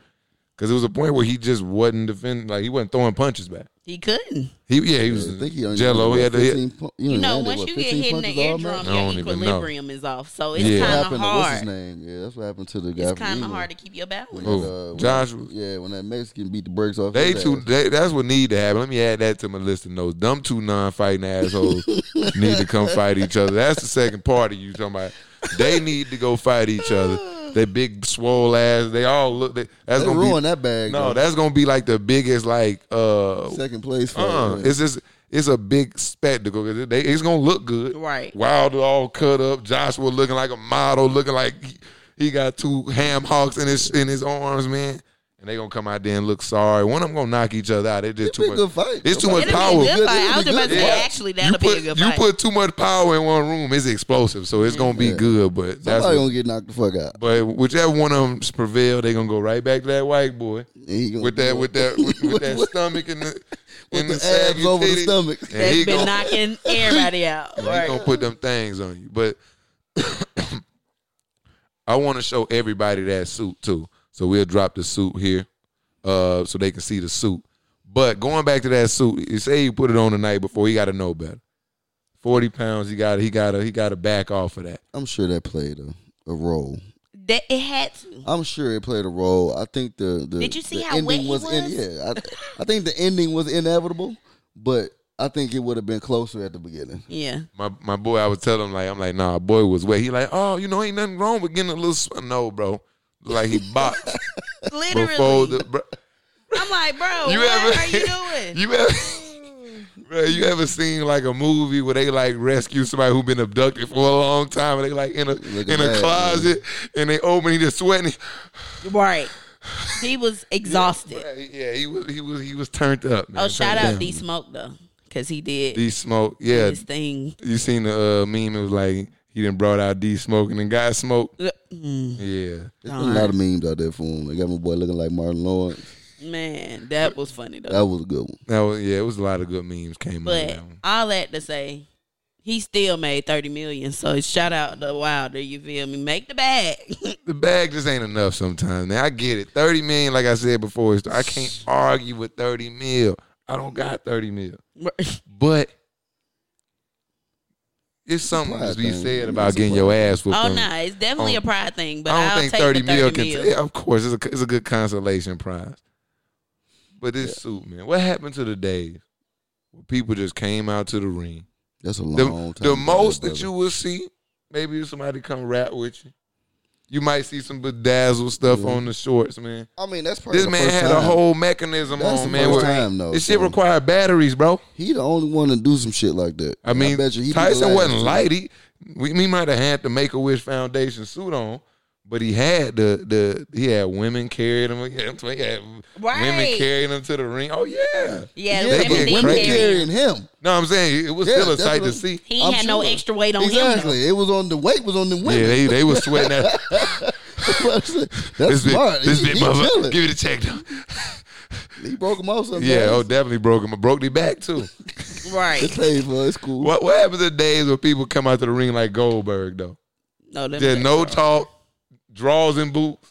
because it was a point where he just wasn't defending, like he wasn't throwing punches back. He couldn't. He yeah, he Yeah, was I think he only jello. He had to hit. pu- You only know, landed, once what, you get 15 hit in the punches all match? eardrum, I don't your even know. equilibrium is off, so it's Yeah. What kind of happened to- what's his hard. name? Yeah, that's what happened to the guy. It's from kind of England. hard to keep your When balance. Oh, that, when Josh- that- yeah, when that Mexican beat the brakes off. They his two, ass. they, that's what need to happen. Let me add that to my list of notes. Them two non-fighting assholes need to come fight each other. That's the second part of you talking about. They need to go fight each other. They big swole ass. They all look. They, that's They gonna ruined be that bag. no. No, That's gonna be like the biggest like uh second place. For uh. him. It's just it's a big spectacle. 'cause They, it's gonna look good. Right. Wilder all cut up. Joshua looking like a model, looking like he, he got two ham hocks in his in his arms, man. And they gonna come out there and look sorry. One of them gonna knock each other out. They just It'd too be a much. good fight. It's too much It'll power. be a Good, good fight. I was it'll be about to good. say, Yeah. actually, that'll you put, be a good you fight. put too much power in one room. It's explosive, so it's gonna be Yeah. good. But that's Somebody gonna get knocked the fuck out. but whichever one of them prevail, they gonna go right back to that white boy And he gonna with do that it. with that with, with that stomach and the With and the the, saggy abs over the titties. stomach. And That's he been gonna- knocking everybody out. He's gonna put them things on you. But I want to show everybody that suit too. So we'll drop the suit here, uh, so they can see the suit. But going back to that suit, you say you put it on the night before. He got to know better. Forty pounds. He got. He got. to He got to back off of that. I'm sure that played a, a role. That it had to. I'm sure it played a role. I think the, the Did you see the how wet he was? yeah, I, I think the ending was inevitable, but I think it would have been closer at the beginning. Yeah. My my boy, I was telling him like I'm like nah, boy was wet. He like oh you know ain't nothing wrong with getting a little sw-" no bro. Like he boxed Literally. before the. Bro, I'm like, bro, You what ever- are you doing? You ever, bro, you ever seen like a movie where they like rescue somebody who been abducted for a long time and they like in a Look in at a that, closet and they open he just sweating. right. He was exhausted. Bro, yeah, he was he was he was turned up. Man. oh, shout Turned out down. D Smoke though, because he did D Smoke. Yeah, his thing. you seen the uh, meme? It was like he done brought out D Smoke and then got smoke. Mm, Yeah, There's been a lot of memes out there for him. They got my boy looking like Martin Lawrence. man, that was funny though. That was a good one. that was yeah. It was a lot of good memes came out. of but that one. all that to say, he still made thirty million. So shout out to Wilder. You feel me? Make the bag. the bag just ain't enough sometimes. Now I get it. Thirty million, like I said before, is- I can't argue with thirty mil. I don't got thirty mil, but it's something to be said about getting your ass whooped. oh on- nah, it's definitely a pride thing. But Um, I don't I'll think take thirty, the thirty mil can. mil. yeah, of course, it's a it's a good consolation prize. But this suit, man, what happened to the days where people just came out to the ring That's a long The, time. the ago, most that brother. you will see, maybe if somebody come rap with you. You might see some bedazzled stuff on the shorts, man. I mean, that's probably This the man first had a time. whole mechanism That's on, the man. first where- time, though, this shit so- required batteries, bro. He the only one to do some shit like that. I mean, bet you he be the Tyson last wasn't one. light. He, we, we might have had the Make a Wish Foundation suit on, but he had the the he had women carrying him. He had, he had women Right. carrying him to the ring. Oh yeah, Yeah, They Yeah, women get but did women crazy. carry him. carrying him. No, I'm saying it was Yeah, still a that's sight what to I'm- see. He I'm had no sure. extra weight on him. Exactly. It was on the weight was on the Yeah, women. they they was sweating that. That's this big, smart. this he, big he motherfucker. chilling. Give me the check. though. He broke him off sometimes. yeah, oh, definitely broke him. I broke the back too. though. Right. It's paid for. It's cool. What what happens in days when people come out to the ring like Goldberg though? No, them There's days no are- talk, draws and boots.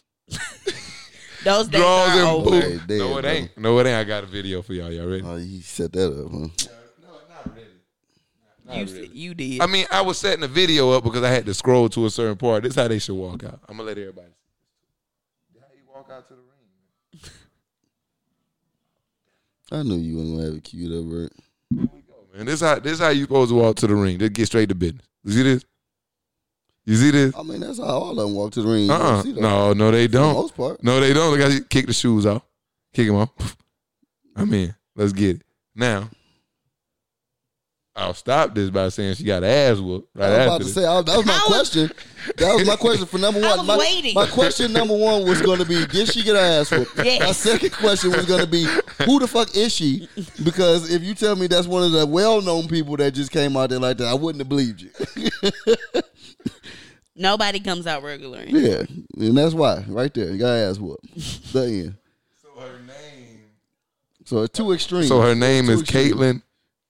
Those days draws are and over. boots. boots. Hey, No, dead, it ain't. No, it ain't. I got a video for y'all. Y'all ready? Oh, he set that up, huh? You, you did. I mean, I was setting the video up because I had to scroll to a certain part. This is how they should walk out. I'm gonna let everybody. See. How you walk out to the ring? I knew you wasn't gonna have it queued up, right? Yo, Oh, man, this how this how you supposed to walk to the ring. Just get straight to business. You see this? You see this? I mean, that's how all of them walk to the ring. Oh, You Uh don't uh see that. No, no, they for the don't. most part. No, they don't. Look how you kick the shoes off. Kick them off. I'm in. Let's get it now. I'll stop this by saying she got ass whooped right I was after about to this. say I, that was my I was- question. That was my question for number one. was my, waiting. my question number one was going to be, did she get her ass whooped? Yes. My second question was going to be, who the fuck is she? Because if you tell me that's one of the well-known people that just came out there like that, I wouldn't have believed you. Nobody comes out regular. yeah, and that's why, right there, you got her ass whooped. The end. So her name. So it's two extremes. So her name is Two extremes. Caitlin.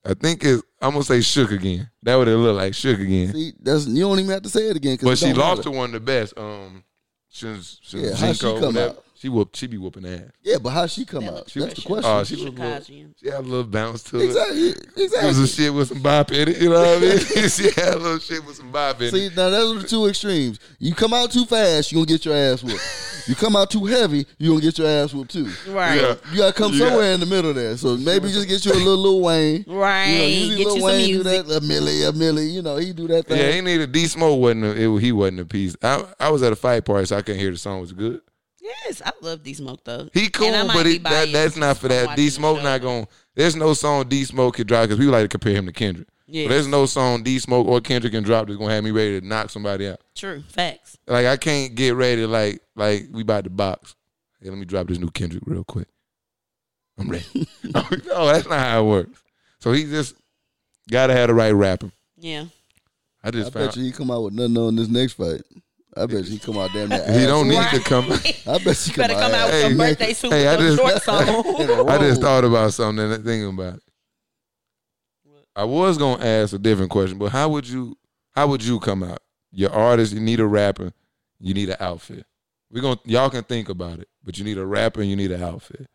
I think it's. I'm gonna say Shook again. That what it look like. Shook again. See, that's you don't even have to say it again. 'cause But it she don't lost matter. to one of the best. Um, since since Yeah, how'd she Jinko, come whatever. out? She whoop. She be whooping ass. Yeah, but how she come That out? That's looks the Russian. question. Oh, she was a little, Caucasian. she had a little bounce to it. exactly. It was some Exactly. shit with some bop in it. You know what I mean? she had a little shit with some bop in it. See, now those are the two extremes. You come out too fast, you gonna get your ass whooped. you come out too heavy, you gonna get your ass whooped too. Right. Yeah. You gotta come Yeah. somewhere in the middle there. So maybe just get you a little Lil Wayne. You know, Right. usually Get Lil you some Wayne music. do that. A Millie, a Millie. You know, he do that thing. Yeah, he needed D Smoke wasn't a, it, he wasn't a piece. I I was at a fight party, so I couldn't hear the song was good. Yes, I love D Smoke though. He cool, And I might but be it, that, biased that's not for from that. watching D the Smoke show. not going. There's no song D Smoke can drop because people like to compare him to Kendrick. Yes. But there's no song D Smoke or Kendrick can drop that's gonna have me ready to knock somebody out. True facts. Like I can't get ready like like we about to box. Hey, let me drop this new Kendrick real quick. I'm ready. no, that's not how it works. So he just gotta have the right rapper. Yeah. I I just bet found you he come out with nothing on this next fight. I bet you he come out damn near. he ass don't need Right. to come. whooped. I bet you come Better come out with Hey, some man. birthday suit Hey, I just- with shorts on. I just Whoa. thought about something and thinking about it. I was gonna ask a different question, but how would you how would you come out? Your artist, you need a rapper, you need an outfit. We're gonna y'all can think about it, but you need a rapper and you need an outfit.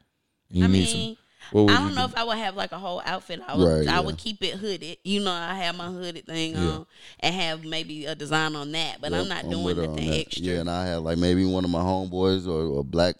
And You I need mean, some. What would I you don't know do? if I would have like a whole outfit. I would, Right, I yeah. would keep it hooded. You know, I have my hooded thing Yeah. on and have maybe a design on that, but I'm Yep, not with doing her on nothing that. extra. Yeah, and I had like maybe one of my homeboys or a black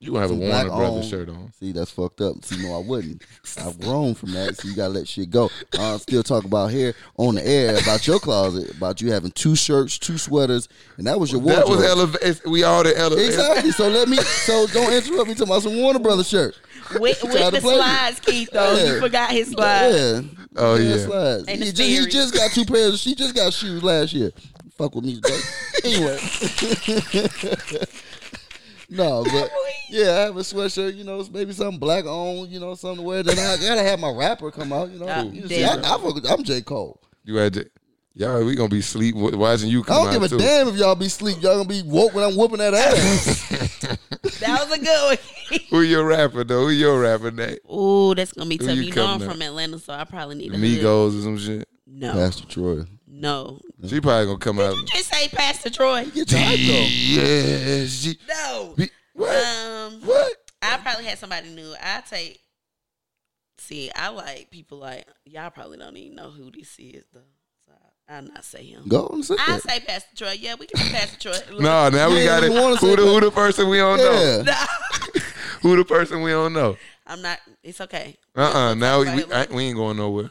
you gonna have a some Warner black Brothers owned- shirt on. See, that's fucked up. See, no, I wouldn't. I've grown from that, so you gotta let shit go. I will still talk about here on the air about your closet, about you having two shirts, two sweaters, and that was your That wardrobe. was elevate. We all the elevate. Exactly. So let me. So don't interrupt me till about some Warner Brothers shirt. With, Try with to the play it. slides, Keith. Though Yeah. you forgot his slides. Yeah. Oh, yeah. slides. And He the just, he theory. just got two pairs. She just got shoes last year. Fuck with me today. anyway. no, but yeah, I have a sweatshirt. You know, maybe something black on. You know, something to wear. Then I gotta have my rapper come out. You know, Uh, You see, I, I fuck with, I'm J Cole. You had to. Y'all, we gonna be sleep wa- watching you I come don't out give a too. damn if y'all be sleep. Y'all gonna be woke when I'm whooping that ass. That was a good one. Who your rapper though? Who your rapper? That Ooh, that's gonna be Who tough. you You, know I'm coming up? from Atlanta, so I probably need a hood. Migos or some shit. No, Pastor Troy, no. She probably gonna come out. You just say Pastor Troy. get your hype though. Yeah, she. No. be- Uh, What? Um, What? I probably had somebody new. I take. See, I like people like y'all. Probably don't even know who this is though. So I, I'll not say him. Go and say I that. say Pastor Troy. Yeah, we can be Pastor Troy. No, now we Yeah, got we it. wanna Who say the that. who the person we don't know? Yeah. no, Who the person we don't know? I'm not. It's okay. Uh uh Now we Right, we, I, we ain't going nowhere.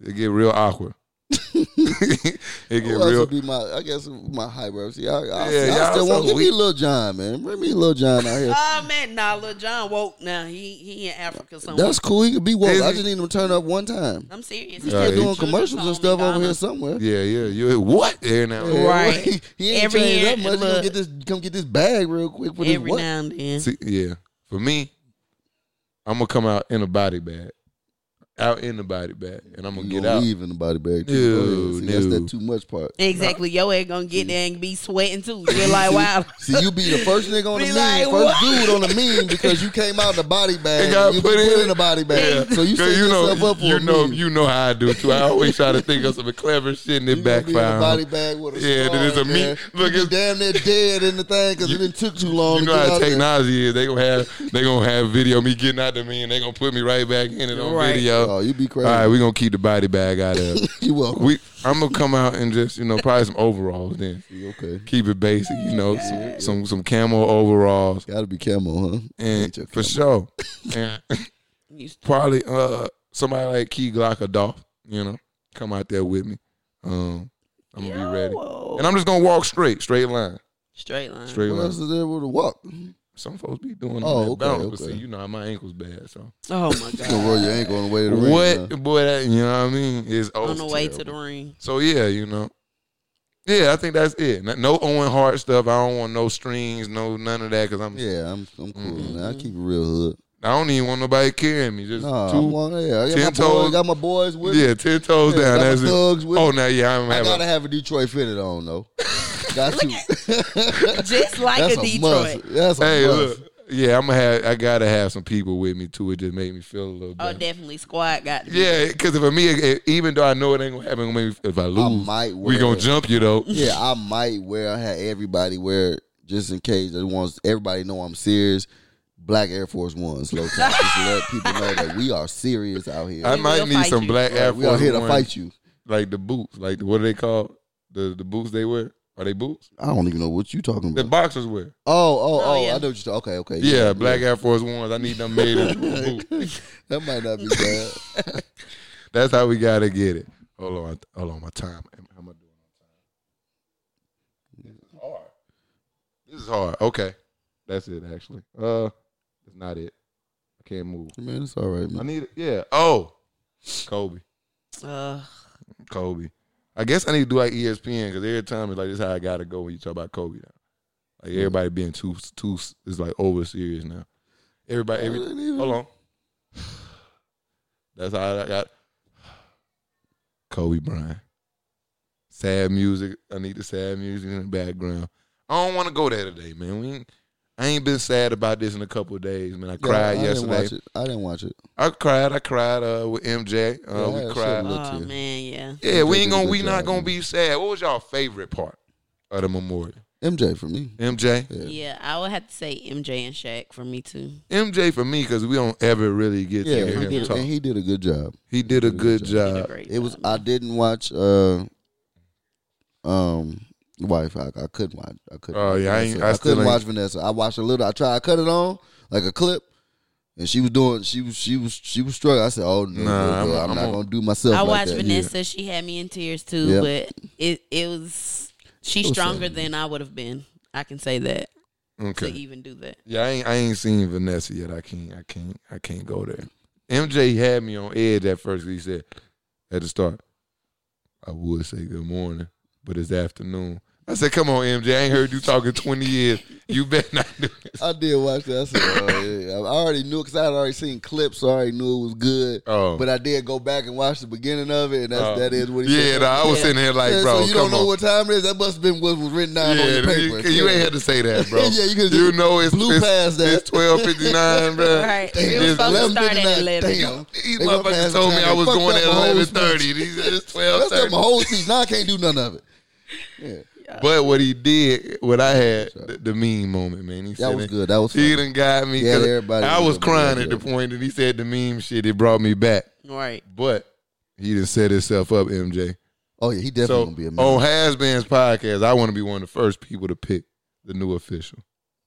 It get real awkward. it get Who else real. would be my? I guess would be my high bro. See, I, I, Yeah, I y'all still want so give me weak. Lil John, man. Bring me Lil John out here. Oh man, nah, Lil John woke now. He he in Africa somewhere. That's cool. He could be woke. Is I he- just need him to turn up one time. I'm serious. He's Yeah, still he- doing commercials and stuff over here somewhere. yeah, yeah. You what? Every now and then. Right. He, he ain't Every changed year, up much. He gonna look. get this, come get this bag real quick with his Every what? now and then. See, yeah. For me, I'm gonna come out in a body bag, out in the body bag, and I'm gonna You get gonna out. leave in the body bag. No, too. Go ahead. See, That's no. that too much part. Exactly. Your egg gonna get there and be sweating too. You're like, wow. See, you be the first nigga on the Be meme, like, first what? dude on the meme because you came out in the body bag. They got you put been in put it. in the body bag, Yeah. so you 'Cause set yourself know, up for you a know, meme. you know how I do too. I always try to think of some clever shit and it You gonna be in a body backfires. bag with a Yeah, star, then it's a man. meat- You look, be it's- damn near dead in the thing because it didn't took too long. You to know get how out there. technology is. They gonna have they gonna have video of me getting out to me, and they gonna put me right back in it on Right. video. Oh, you be All crazy. right, we gonna keep the body bag out of. it. you welcome. we, I'm gonna come out and just you know probably some overalls then. okay, Keep it basic, you know, some some, some camo overalls gotta be camo, huh? and Ain't your for camo. sure, and You st- probably uh somebody like Key Glock or Dolph, you know, come out there with me. Um, I'm gonna be ready, Whoa. and I'm just gonna walk straight, straight line, Straight line. straight What line. else is there with a walk? You Some folks be doing Oh, oh, that okay, bounce, but okay. see, you know, my ankle's bad, so. Oh my god. gonna roll your ankle on the way to the ring, What huh? boy? That, you know what I mean? Is On the way to the ring. So yeah, you know. Yeah, I think that's it. No- No Owen Hart stuff. I don't want no strings, no none of that. Cause I'm, Yeah, I'm, I'm cool. Mm-hmm. Man. I keep it real hood. I don't even want nobody carrying me. Just Nah, I'm two, on, yeah, I got my ten boys, toes. got my boys with me. yeah, ten toes Yeah, down. got my That's it. thugs with Oh, me. now yeah, I'm I having. gotta have a Detroit fitted on though. Got you. Just like That's a a Detroit. must. That's a hey, must. look. Yeah, I'm gonna have. I gotta have some people with me too. It just make me feel a little Oh, better. definitely. Squad got to be yeah, because for me, it- it- even though I know it ain't gonna happen, it gonna make me- if I I lose, might wear. we gonna jump you though. Yeah, I might wear. I had everybody wear it just in case. I wants everybody know I'm serious. Black Air Force Ones, low top. just let people know that we are serious out here. I We might will need fight some you. black Air we are Force here to Ones. fight you. like the boots, like the, what are they called? The the boots they wear are they boots? I don't even know what you talking The about. boxers wear. Oh, oh, oh! yeah. I know what you're talking. Okay, okay. Yeah, black Air Force ones. I need them made in boot. That might not be bad. That's how we gotta get it. Hold on, hold on, my time. How am I doing on time? This is hard. This is hard. Okay, that's it. Actually, uh, that's not it. I can't move. man, it's all right, I man. need it. Yeah. Oh, Kobe, Uh, Kobe. I guess I need to do like E ESPN because every time it's like this is how I gotta go when you talk about Kobe now. Like Hmm. everybody being too too is like over serious now. Everybody, every, hold on. That's how I got Kobe Bryant. Sad music. I need the sad music in the background. I don't want to go there today, man. We ain't, I ain't been sad about this in a couple of days, man. I Yeah, cried I Didn't watch yesterday. it. I didn't watch it. I cried. I cried uh, with MJ. Uh, Yeah, I we had cried. something. oh too. man, yeah. Yeah, MJ we did ain't a gonna. good We not job, gonna man. be sad. What was y'all favorite part of the memorial? MJ for me. MJ. Yeah. yeah. I would have to say MJ and Shaq for me too. MJ for me because we don't ever really get to Yeah, hear he him did, talk. and he did a good job. He did a good Did a job. great It was. job. I didn't watch. Uh, um, wife. I, I couldn't watch. I couldn't. Oh, watch yeah, I ain't- Vanessa. I I, still couldn't ain't- watch Vanessa. I watched a little. I tried. I cut it on like a clip, and she was doing. She was. She was. She was struggling. I said, "Oh no, Nah, no, no, I'm- I'm, I'm not on- gonna do myself." I like watched that. Vanessa. She had me in tears too, Yeah. but it it was she's was stronger sad. than I would have been. I can say that Okay. to even do that. Yeah, I ain't I ain't seen Vanessa yet. I can't I can't I can't go there. MJ had me on edge at first. He said at the start, I would say good morning, but it's afternoon. I said, come on, MJ. I ain't heard you talking twenty years. You better not do this. I did watch that. I said, "Oh yeah." I already knew because I had already seen clips. So I already knew it was good. Oh, But I did go back and watch the beginning of it, and that's, oh. that is what he yeah, said. nah, I was Yeah. sitting here like, Yeah, bro, so you come don't know on. what time it is. That must have been what was written down on yeah, your you, paper. you ain't had to say that, bro. Yeah, you could've You just know it's blew it's, past that. It's twelve fifty nine, bro. Right. Damn, It was it's supposed to start 11:59. at 11. Damn. These They gonna motherfuckers pass told me the I time. was Fuck going up at my whole eleven thirty. It's twelve That's up thirty. my whole season. Now I can't do none of it. But what he did, what I had, the, the meme moment, man. He That said was it- good. That was He fun. done got me. Yeah, 'cause everybody I was was gonna be crying like at the that. point that he said the meme shit. It brought me back. Right. But he done set himself up, MJ. Oh yeah, he definitely so gonna be a man. on Has Been's podcast, I want to be one of the first people to pick the new official,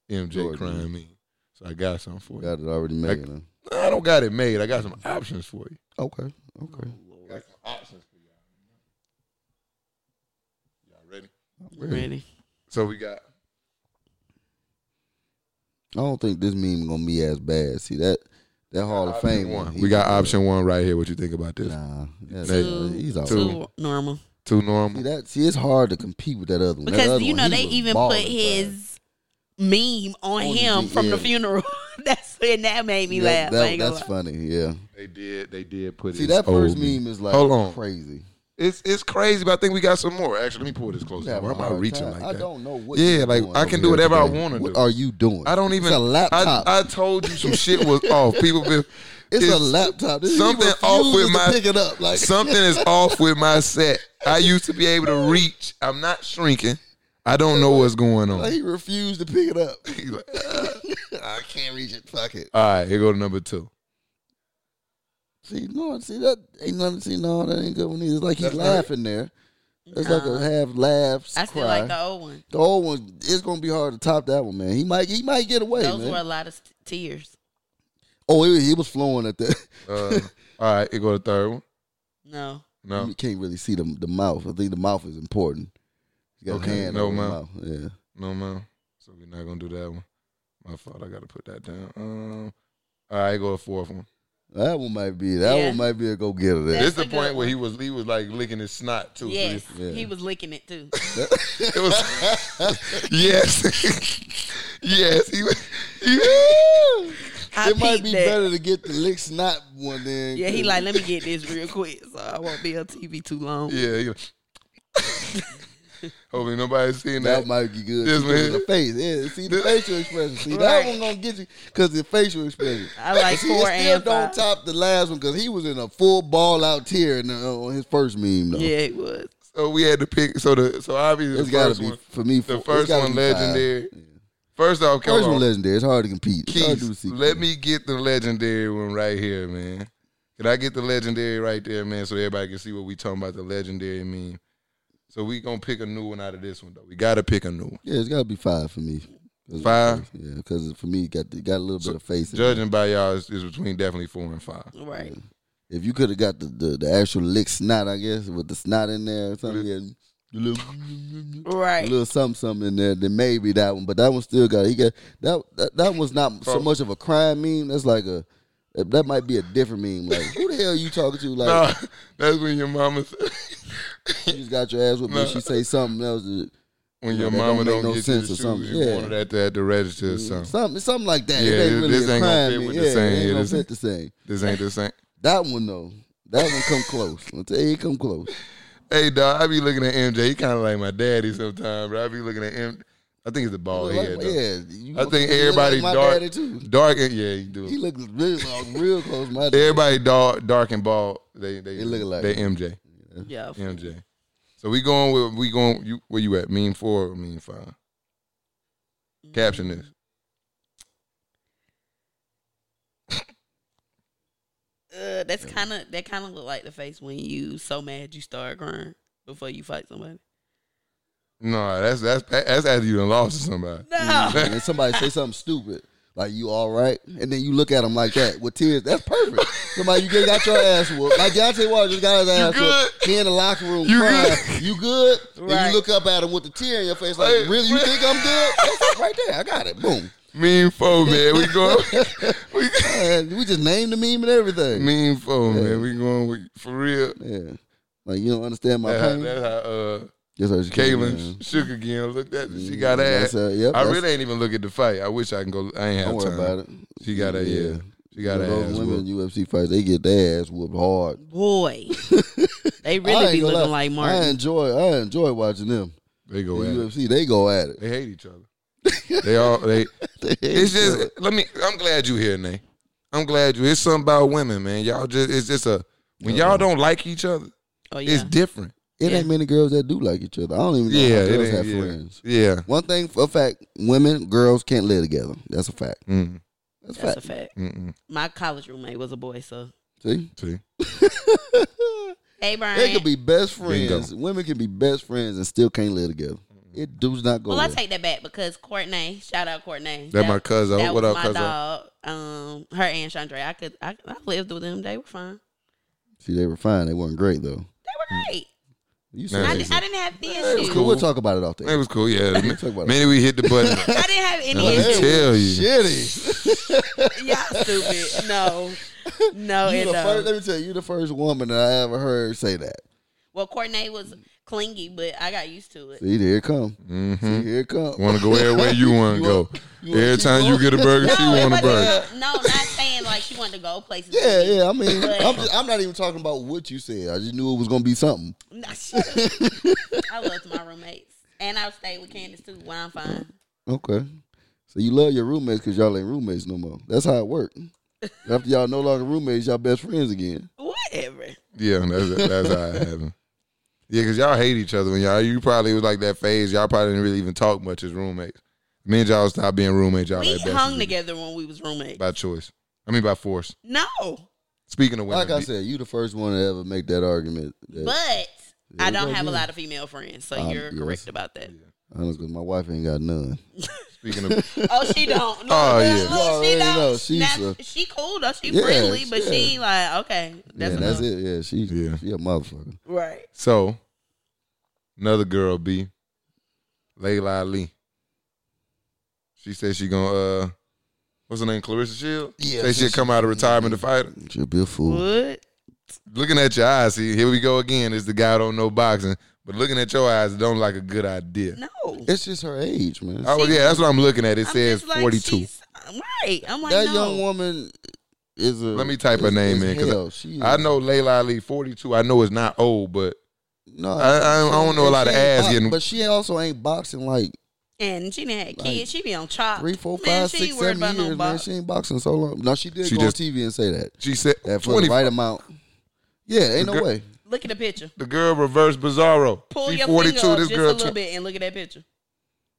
MJ Jordan. crying meme. So I got something for you. Got it already made. huh? I don't got it made. I got some options for you. Okay, okay. Ready. So we got I don't think this meme gonna be as bad. See that that Hall of Fame one. he- We got option one right here. What you think about this? Nah, that's, Two, he's all Two. right. two normal. Too See normal. that? See, it's hard to compete with that other one. That Because other you one, know he they was even put balling, bruh. his meme On on him his- from yeah. the funeral. That's and that made me Yeah, laugh. that- I ain't gonna that's lie. funny. Yeah. They did. They did put. See his that first old meme is like Hold on. crazy. Oh, It's it's crazy, but I think we got some more. Actually, let me pull this close. Yeah, Why am I reaching like I that? don't know what. Yeah, you're like, doing I can do over here whatever I today. wanna What do. are you doing? I don't even. It's a laptop. I, I told you some shit was off. People, feel- it's, a laptop. This, something he off refuses with to my- pick it up. Like something is off with my set. I used to be able to reach. I'm not shrinking. I don't know what's going on. he refused to pick it up. He's like, uh. I can't reach it. Fuck it. All right, here go to number two. See, no, see that ain't nothing. See, no, that ain't good one either. It's like he's That's not- laughing there. It's like a Nah. half laugh, cry. I still like the old one. The old one, it's gonna be hard to top that one, man. He might, he might get away, Those man. were a lot of st- tears. oh, he, he was flowing at that. Uh, all right, here go the third one. No. No, You can't really see the the mouth. I think the mouth is important. You got Okay, a hand no over the mouth. mouth. Yeah. no, man. So we're not gonna do that one. My fault. I gotta put that down. Um, all right, here go a fourth one. That one might be that Yeah. one might be a go getter. That's This There, is the a good point where one. he was he was like licking his snot too. So Yes. he- Yeah. He was licking it too. It was yes, yes. He, was- he I it might peeped be that. better to get the lick snot one then. Yeah, he like, let me get this real quick, so I won't be on TV too long. yeah. He was, hopefully nobody's seen that that. might be good. This Because man- of the face, yeah. See the This- facial expression. See Right. that one gonna get you because the facial expression. I like see, four it still and don't five. top the last one because he was in a full ball out tear in the, uh, on his first meme though. Yeah, it was. so Oh, we had to pick. So the so obviously it's the got first to be one, for me. four- the it's first gotta one be five. legendary. First off, come First one on. legendary. It's hard to compete. It's hard to Keys, do a let sequel. me get the legendary one right here, man. Can I get the legendary right there, man, so everybody can see what we talking about the legendary meme. So we gonna pick a new one out of this one though. We gotta pick a new one. Yeah, it's got to be five for me. 'Cause- Five? Yeah, because for me, it got it got a little So, bit of face. in it. Judging by y'all, it's, it's between definitely four and five. Right. If you could have got the, the the actual lick snot, I guess, with the snot in there or something, yeah, the little, Right. a little something something in there, then maybe that one. But that one still got he got that that, that one's not so Bro. much of a crime meme. That's like a that that might be a different meme. Like who the hell you talking to? Like Nah, that's when your mama you just got your ass with Nah. me. She say something else. uh, when Yeah, your that mama don't don't, make no get sense you or the something. shoes, you Yeah. wanted that at the register or something. Something something like that. Yeah, it ain't this- really this a ain't gonna crime fit meme. with yeah, the same. It Yeah, ain't gonna this- fit the same. This ain't the same. That one though. That one come close. I tell you, it come close. Hey, dog, I be looking at MJ. He kind of like my daddy sometimes, but I be looking at him. I think it's the bald Like, head. Oh, though. yeah, I you- think you look like everybody my dark, daddy too. dark. and- Yeah, you He do. looked real, like, real close. to My dad. Everybody dark, dark and bald. They they They look alike. They MJ, Yeah. MJ. So we going with we going. You where you at? Mean four or mean five? Caption this. Uh, that's kind of that kind of look like the face when you so mad you start crying before you fight somebody. No, that's that's that's after you done lost to somebody. No, And then somebody say something stupid, like "You all right?" and then you look at them like that with tears. That's perfect. somebody you just got your ass whooped. Like Deontay Water just got his ass good? whooped. He in the locker room You crying. good? You good? And Right. you look up at him with the tear in your face, like, Like, "Really? You what? think I'm good?" That's right there. I got it. Boom. Mean four, man. We going. we, Man, we just named the meme and everything. mean four, man. We going with for real. Yeah. Like you don't understand my That's how, pain. that's how uh, That's how she came Kaylin in. Mm-hmm. shook again. Look that she got That's ass. her. Yep, I that's- really ain't even look at the fight. I wish I can go. I ain't have Don't worry time. about it. She got a yeah. Yeah. She got You her know, ass those women whooped. in UFC fights, they get their ass whooped hard. boy, they I really ain't be gonna looking lie. like I Martin. enjoy, I enjoy watching them. They The go at it. UFC, they go at it. They hate each other. they all they. They hate It's each just. other. Let me. I'm glad you here, Nay. I'm glad you. It's something about women, man. Y'all just. It's just a. When y'all don't like each other, Oh yeah, it's different. it yeah. ain't many girls that do like each other. I don't even know Yeah, how it girls ain't, have yeah. friends. Yeah. One thing for a fact: women, girls can't live together. That's a fact. Mm. That's a that's fact. a fact. Mm. My college roommate was a boy, so See, See. hey, Brian. they could be best Bingo. Mm-hmm. friends. Women can be best friends and still can't live together. It does not go. well, I well. take that back because Courtney, shout out Courtney. That my cousin. That What was up, my cousin? dog. Um, her and Chandra. I could. I, I lived with them. They were fine. See, they were fine. They weren't great though. Mm. They were great. You Nah, I, said di- it's- I didn't have the it was issue. cool. We'll talk about it off It there. was cool. Yeah, Talk about it. man, we hit the button. I didn't have any Let me issue. tell you. Shitty. Y'all stupid. No, Oh, no, You and the no. first, let me tell you, you the first woman that I ever heard say that. well, Courtney was clingy, but I got used to it. See, there it come. Mm-hmm. See, here it come. Want to go everywhere you want to You go. want- you want Every to time keep you get a burger, she it want a wasn't- burger. No, not saying like she wanted to go places. with Yeah, me. yeah. I mean, But- I'm, just, I'm not even talking about what you said. I just knew it was gonna be something. I loved my roommates, and I stayed with Candace too. Wine fine. Okay. So you love your roommates because y'all ain't roommates no more. That's how it worked. After y'all no longer roommates, y'all best friends again. Whatever. Yeah, that's, that's how it happened. Yeah, because y'all hate each other. When y'all, you probably was like that phase. Y'all probably didn't really even talk much as roommates. Me and y'all stopped being roommates. Y'all We like best hung friends together when we was roommates. by choice. I mean by force. no, Speaking of women, Like I said, you the first one to ever make that argument. That, but Yeah, I don't yeah, have a yeah. lot of female friends, so Um, you're yes. correct about that. honestly, my wife ain't got none. speaking of Oh, she don't. No, Oh, no, yeah. no, You she already know, don't. she's Now, a- she cool though. She Yeah, friendly, but she yeah. like okay. That's yeah, enough. that's it. Yeah, she Yeah. she a motherfucker. Right. so, another girl B, Layla Lee. She said she gonna uh, what's her name? Clarissa Shield. Yeah, say she'll she- come out of retirement to fight. her. She'll be a fool. What? looking at your eyes, see, here we go again. It's the guy who don't know boxing, but looking at your eyes, it don't like a good idea. No. It's just her age, man. Oh yeah, that's what I'm looking at. It I'm says just like, 42. she's- uh, Right. I'm like that no. young woman is a. Let me type her is- name is in, 'cause I- hell. She is- I know Layla Ali 42. I know it's not old, but No, I- I- I she- don't know a and lot she of ain't ass box- getting- But she also ain't boxing like And she didn't have kids. Like, she be on chop. three, four, man, five, she six, ain't worried seven about years, no man. box. She ain't boxing so long. No, she did She go just- on TV and say that. she said That for 20. the right amount. Yeah, ain't The no gir- way. Look at the picture. The girl reverse Bizarro. Pull she your 42. finger up this just a girl. little 20. bit and look at that picture.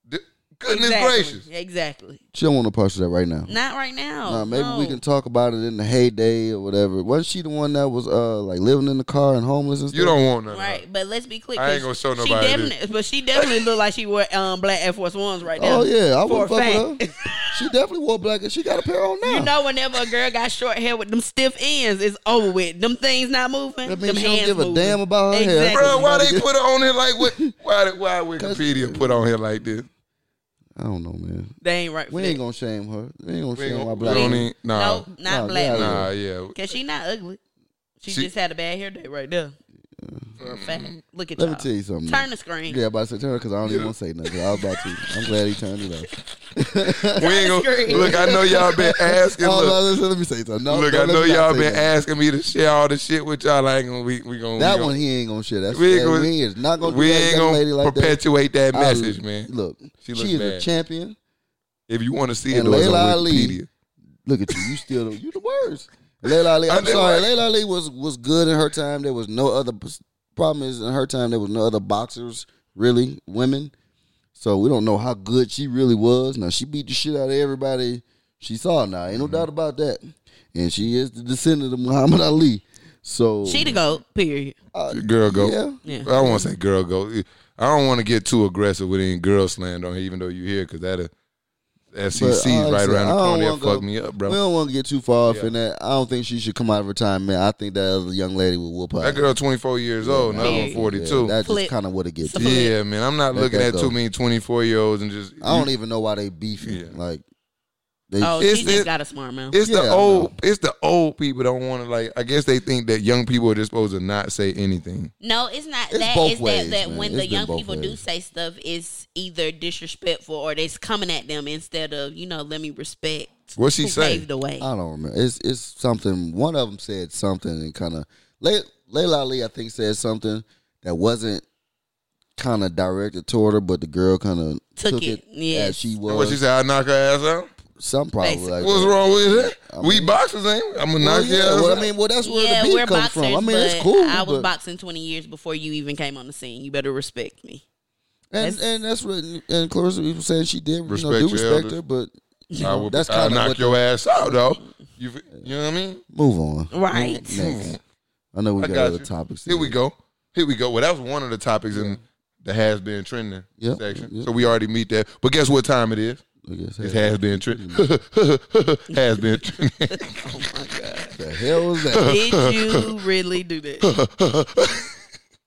D- Goodness exactly. gracious. Exactly. She don't want to post that right now. Not right now. Nah, maybe we No. can talk about it in the heyday or whatever. Wasn't she the one that was uh like living in the car and homeless and stuff? You don't want none. Right. Right, but let's be clear. I ain't 'cause gonna show She nobody definitely, but she definitely looked like she wore um, black Air Force Ones right now. Oh yeah, I for would a fuck fact. with her. She definitely wore black and she got a pair on now. You know, whenever a girl got short hair with them stiff ends, it's over with. Them things not moving. That means them she don't hands give a moving. damn about her hair. exactly. Bro, why Somebody they get- put her on here like what? Why, did- why Wikipedia put on here like this? I don't know, man. They ain't right. For We that. ain't gonna shame her. We ain't gonna We shame don't- our we black. don't women. need- nah. No, not No, black. yeah. Nah, yeah. Cause she not ugly. She, She- just had a bad hair day right there. For a fact. Look at Let y'all. me tell you something. Turn the screen. Yeah, I'm about to say turn because I don't even want to say nothing. 'cause I was about to. I'm glad he turned it off. We ain't Screen. gonna, look, I know y'all been asking. Oh, look, no, listen, let me say something. No, Look, no, I let know me not y'all say been that. asking me to share all the shit with y'all. I ain't gonna we we gonna That we one he ain't gonna share. That's We we ain't gonna- we ain't not Gonna, gonna. we do that ain't young gonna lady like that. perpetuate that, I- message, man. Look, She she, looks is a bad. champion. If you want to see it, And it was on Layla Ali- Wikipedia. Look at you. You still you the worst. Layla Ali. I I'm did sorry. what? Layla Ali was was good in her time. There was no other problem is in her time there was no other boxers really women. So we don't know how good she really was. Now she beat the shit out of everybody she saw. Now ain't no Mm-hmm. doubt about that. And she is the descendant of Muhammad Ali. So She the goat. Period. uh, Girl, go. Yeah. Yeah. I want to say girl, go. I don't want to get too aggressive with any girl slander on here, even though you here, because that FCC's But, like I right around said, the I corner. don't That wanna go- fucked me up, We bro. don't want to get too far off in that. I don't think she should come out of retirement. I think that other young lady would whoop her. That girl, twenty four years old, and I'm Period. forty Yeah, two. Yeah, that's Flip. just kind of what it gets. So- to. man, I'm not Let looking that at go. too many twenty four year olds and just. I don't even know why they beefing. Yeah. Like, they, Oh, It's- she just it- got a smart mouth. It's Yeah, the I old. It's the old people don't want to like. I guess they think that young people are just supposed to not say anything. No, it's not It's that. both It's ways, that, that man. when It's the been young both people do ways. say stuff, it's either disrespectful or they's coming at them instead of you know, let me respect. What's she who saying? Paved the way. I don't remember. It's it's something. One of them said something and kind of Layla Ali, I think, said something that wasn't kind of directed toward her, but the girl kind of Took took, it, it, yes. as she And What she was. said, I knock her ass out. Some probably Basically. like What's that. wrong with that? we boxers ain't. we? I'm gonna Well, knock yeah, your ass well, out. I mean, well, that's where yeah, the beef we're comes boxers. from. I mean, but it's cool. I was but- boxing twenty years before you even came on the scene. You better respect me. And That's- and that's what and Clarissa was saying she did you Respect know, do your respect elders. her, but you I know, will, that's I'll kind of knock what your ass out, though. You, f- you know what I mean? move on. Right. Next. I know we I got, got other you. topics. Here we go. Here we go. Well, that was one of the topics in the has been trending Yep, section. yep. So we already meet that. But guess what time it is? I guess It that, has been trending. has been trending. Oh my god! the hell was that? Did you really do that?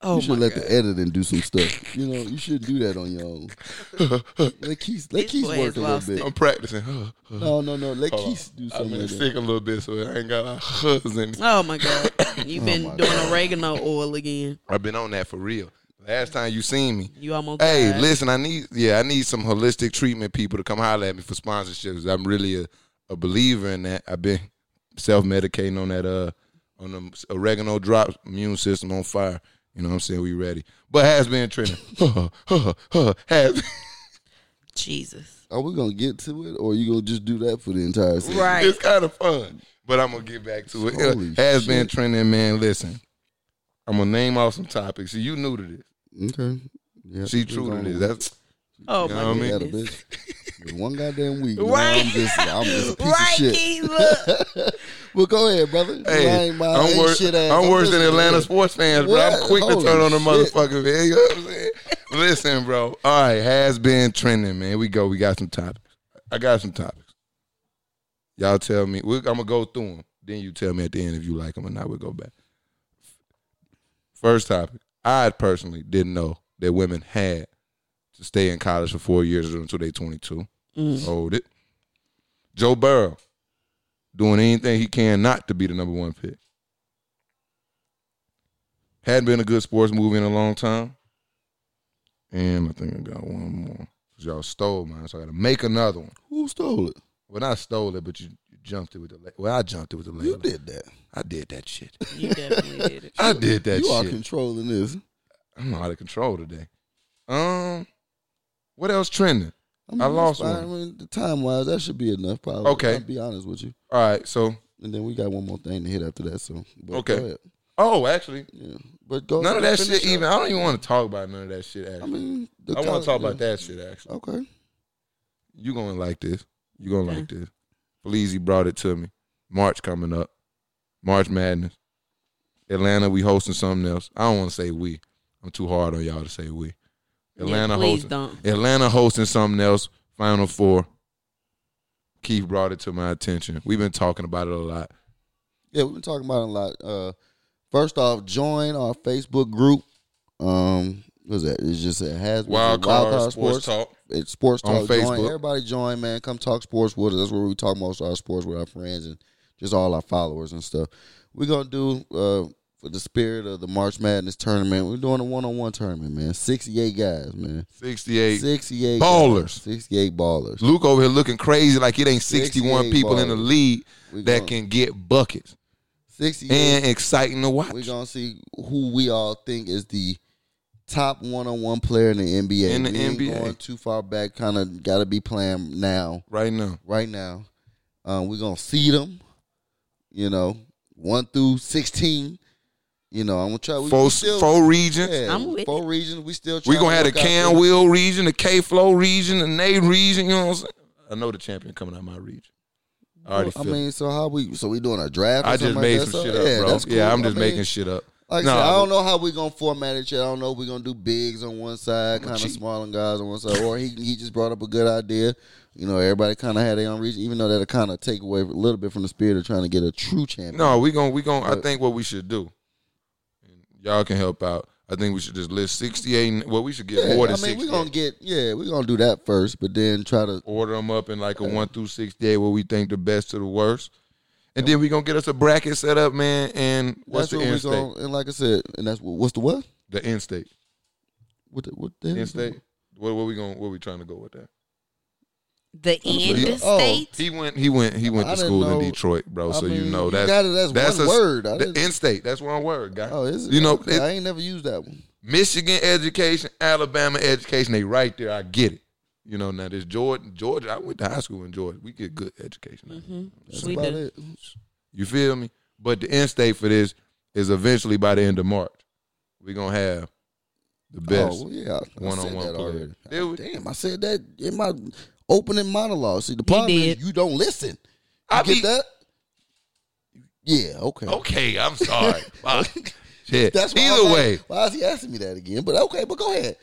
Oh you should let the editing do some stuff. You know, you should do that on your own. let Keith, let This Keith boy has work a little lost bit. it. I'm practicing. No, no, no. Let Hold on. Keith do I've something. been Like that. sick a little bit, so I ain't got a hugs in. Oh my god, you've been Oh, my doing oregano oil again. I've been on that for real. Last time you seen me, You almost Hey, died. listen, I need yeah, I need some holistic treatment people to come holler at me for sponsorships. I'm really a, a believer in that. I've been self medicating on that uh on the oregano drops, immune system on fire. You know what I'm saying? We ready. But has been trending. has Jesus. Are we gonna get to it, or you gonna just do that for the entire season? Right. it's kind of fun. But I'm gonna get back to it. Holy it has been shit. trending, man. Listen. I'm gonna name off some topics. See, you new to this. Okay. Yeah. She true to this. That's Oh know what I my mean? Had a goodness. bitch. With One goddamn week. man, Right. I'm just, I'm just a piece Right, of shit. Keith, look. Well, go ahead, brother. Hey, I ain't my I'm, ain't wor- shit ass. I'm worse than listening. Atlanta sports fans, bro. I'm What? quick to Holy turn on the shit. motherfucker, man. You know what I'm saying? Listen, bro. All right, has been trending, man. We go. We got some topics. I got some topics. Y'all tell me. We're, I'm gonna go through them. Then you tell me at the end if you like them or not. We'll go back. First topic. I personally didn't know that women had to stay in college for four years until they 22. Mm. Hold it. Joe Burrow doing anything he can not to be the number one pick. Hadn't been a good sports movie in a long time. And I think I got one more. you y'all stole mine, so I gotta make another one. Who stole it? Well, not stole it, but you, you jumped it with the la- well, I jumped it with the layup. You did that. I did that shit. You definitely did it. I did that you are shit. controlling this. I'm out of control today. Um, what else trending? mean, I lost it's fine. one. I mean, the time wise, that should be enough. Probably. Okay. I'll be honest with you. All right, so And then we got one more thing to hit after that. So but Okay. Go ahead. oh, actually, Yeah. But go. none of that ahead, shit. finish Even up. I don't even want to talk about none of that shit. Actually, I mean, the I want college- to talk about yeah. that shit. Actually. Okay. you gonna like this. You gonna Okay. like this. Felizy brought it to me. March coming up. March Madness. Atlanta, we hosting something else. I don't want to say we. I'm too hard on y'all to say we. Atlanta yeah, please hosting. don't. Atlanta hosting something else. Final four. Keith brought it to my attention. We've been talking about it a lot. Yeah, we've been talking about it a lot. Uh, first off, join our Facebook group. Um, what's that? It's just it has Wild Card Sports Talk. It's sports talk. On Join. Facebook. Everybody join, man. Come talk sports with us. That's where we talk most of our sports with our friends and just all our followers and stuff. We're gonna do uh for the spirit of the March Madness tournament. We're doing a one on one tournament, man. Sixty eight guys, man. 68. Sixty eight Ballers. Sixty eight ballers. Luke over here looking crazy like it ain't 61 68 people in the ballers. league We that gonna- can get buckets Sixty eight. and exciting to watch. We're gonna see who we all think is the top one on one player in the NBA. In the we ain't NBA. going too far back. Kind of got to be playing now, Right now. right now. Um, we're gonna see them. You know, one through sixteen. Oh, You know, I'm gonna try. We, Four, we still, four regions. yeah, I'm with four regions. We still. We trying gonna have the work out Cam the- Will region, the K Flow region, the Nate region. You know what I'm saying? I know the champion coming out my region. I already I feel. it. mean, so how we? So we doing a draft? or I just something made like that? some So, shit yeah, up, bro. that's Yeah, cool. I'm I just mean, making shit up. Like I Nah, said, I don't know how we're gonna format it yet. I don't know if we're gonna do bigs on one side, kind of cheat. small on guys on one side, or he he just brought up a good idea. You know, everybody kind of had their own reason, even though that'll kind of take away a little bit from the spirit of trying to get a true champion. No, we gonna we gonna. I But- think what we should do, and y'all can help out. I think we should just list 68. and- Well, we should get yeah, more than I mean, 68. we're gonna get yeah, we're gonna do that first, but then try to Order them up in like a one through 68, where we think the best to the worst, and then we gonna get us a bracket set up, man. And what's that's the what we're end state? gonna and like I said, and that's what, what's the what The end state. what the, what the hell End is state. What, what we going? What we trying to go with that? The end Yeah. Oh, state. He went. He went. He went I to didn't school in know- Detroit, bro. I so you mean, know you that's got it as that's one a, word. I The didn't- in state. That's one word, guy. Oh, is it? you know, Okay, it- I ain't never used that one. Michigan education, Alabama education. They right there. I get it. You know now this Jordan, Georgia. I went to high school in Georgia. We get good education. out here. That's We about do. it. You feel me? But the end state for this is eventually by the end of March, we are gonna have the best. Oh, well, yeah. I- I one-on-one said that player. already. Ah, Did we? Damn, I said that in my opening monologue. See, the problem did. is you don't listen. You I get be- that? Yeah, okay. Okay, I'm sorry. Fuck. Shit. That's why I'm Either like, way, Why is he asking me that again? But okay, but go ahead.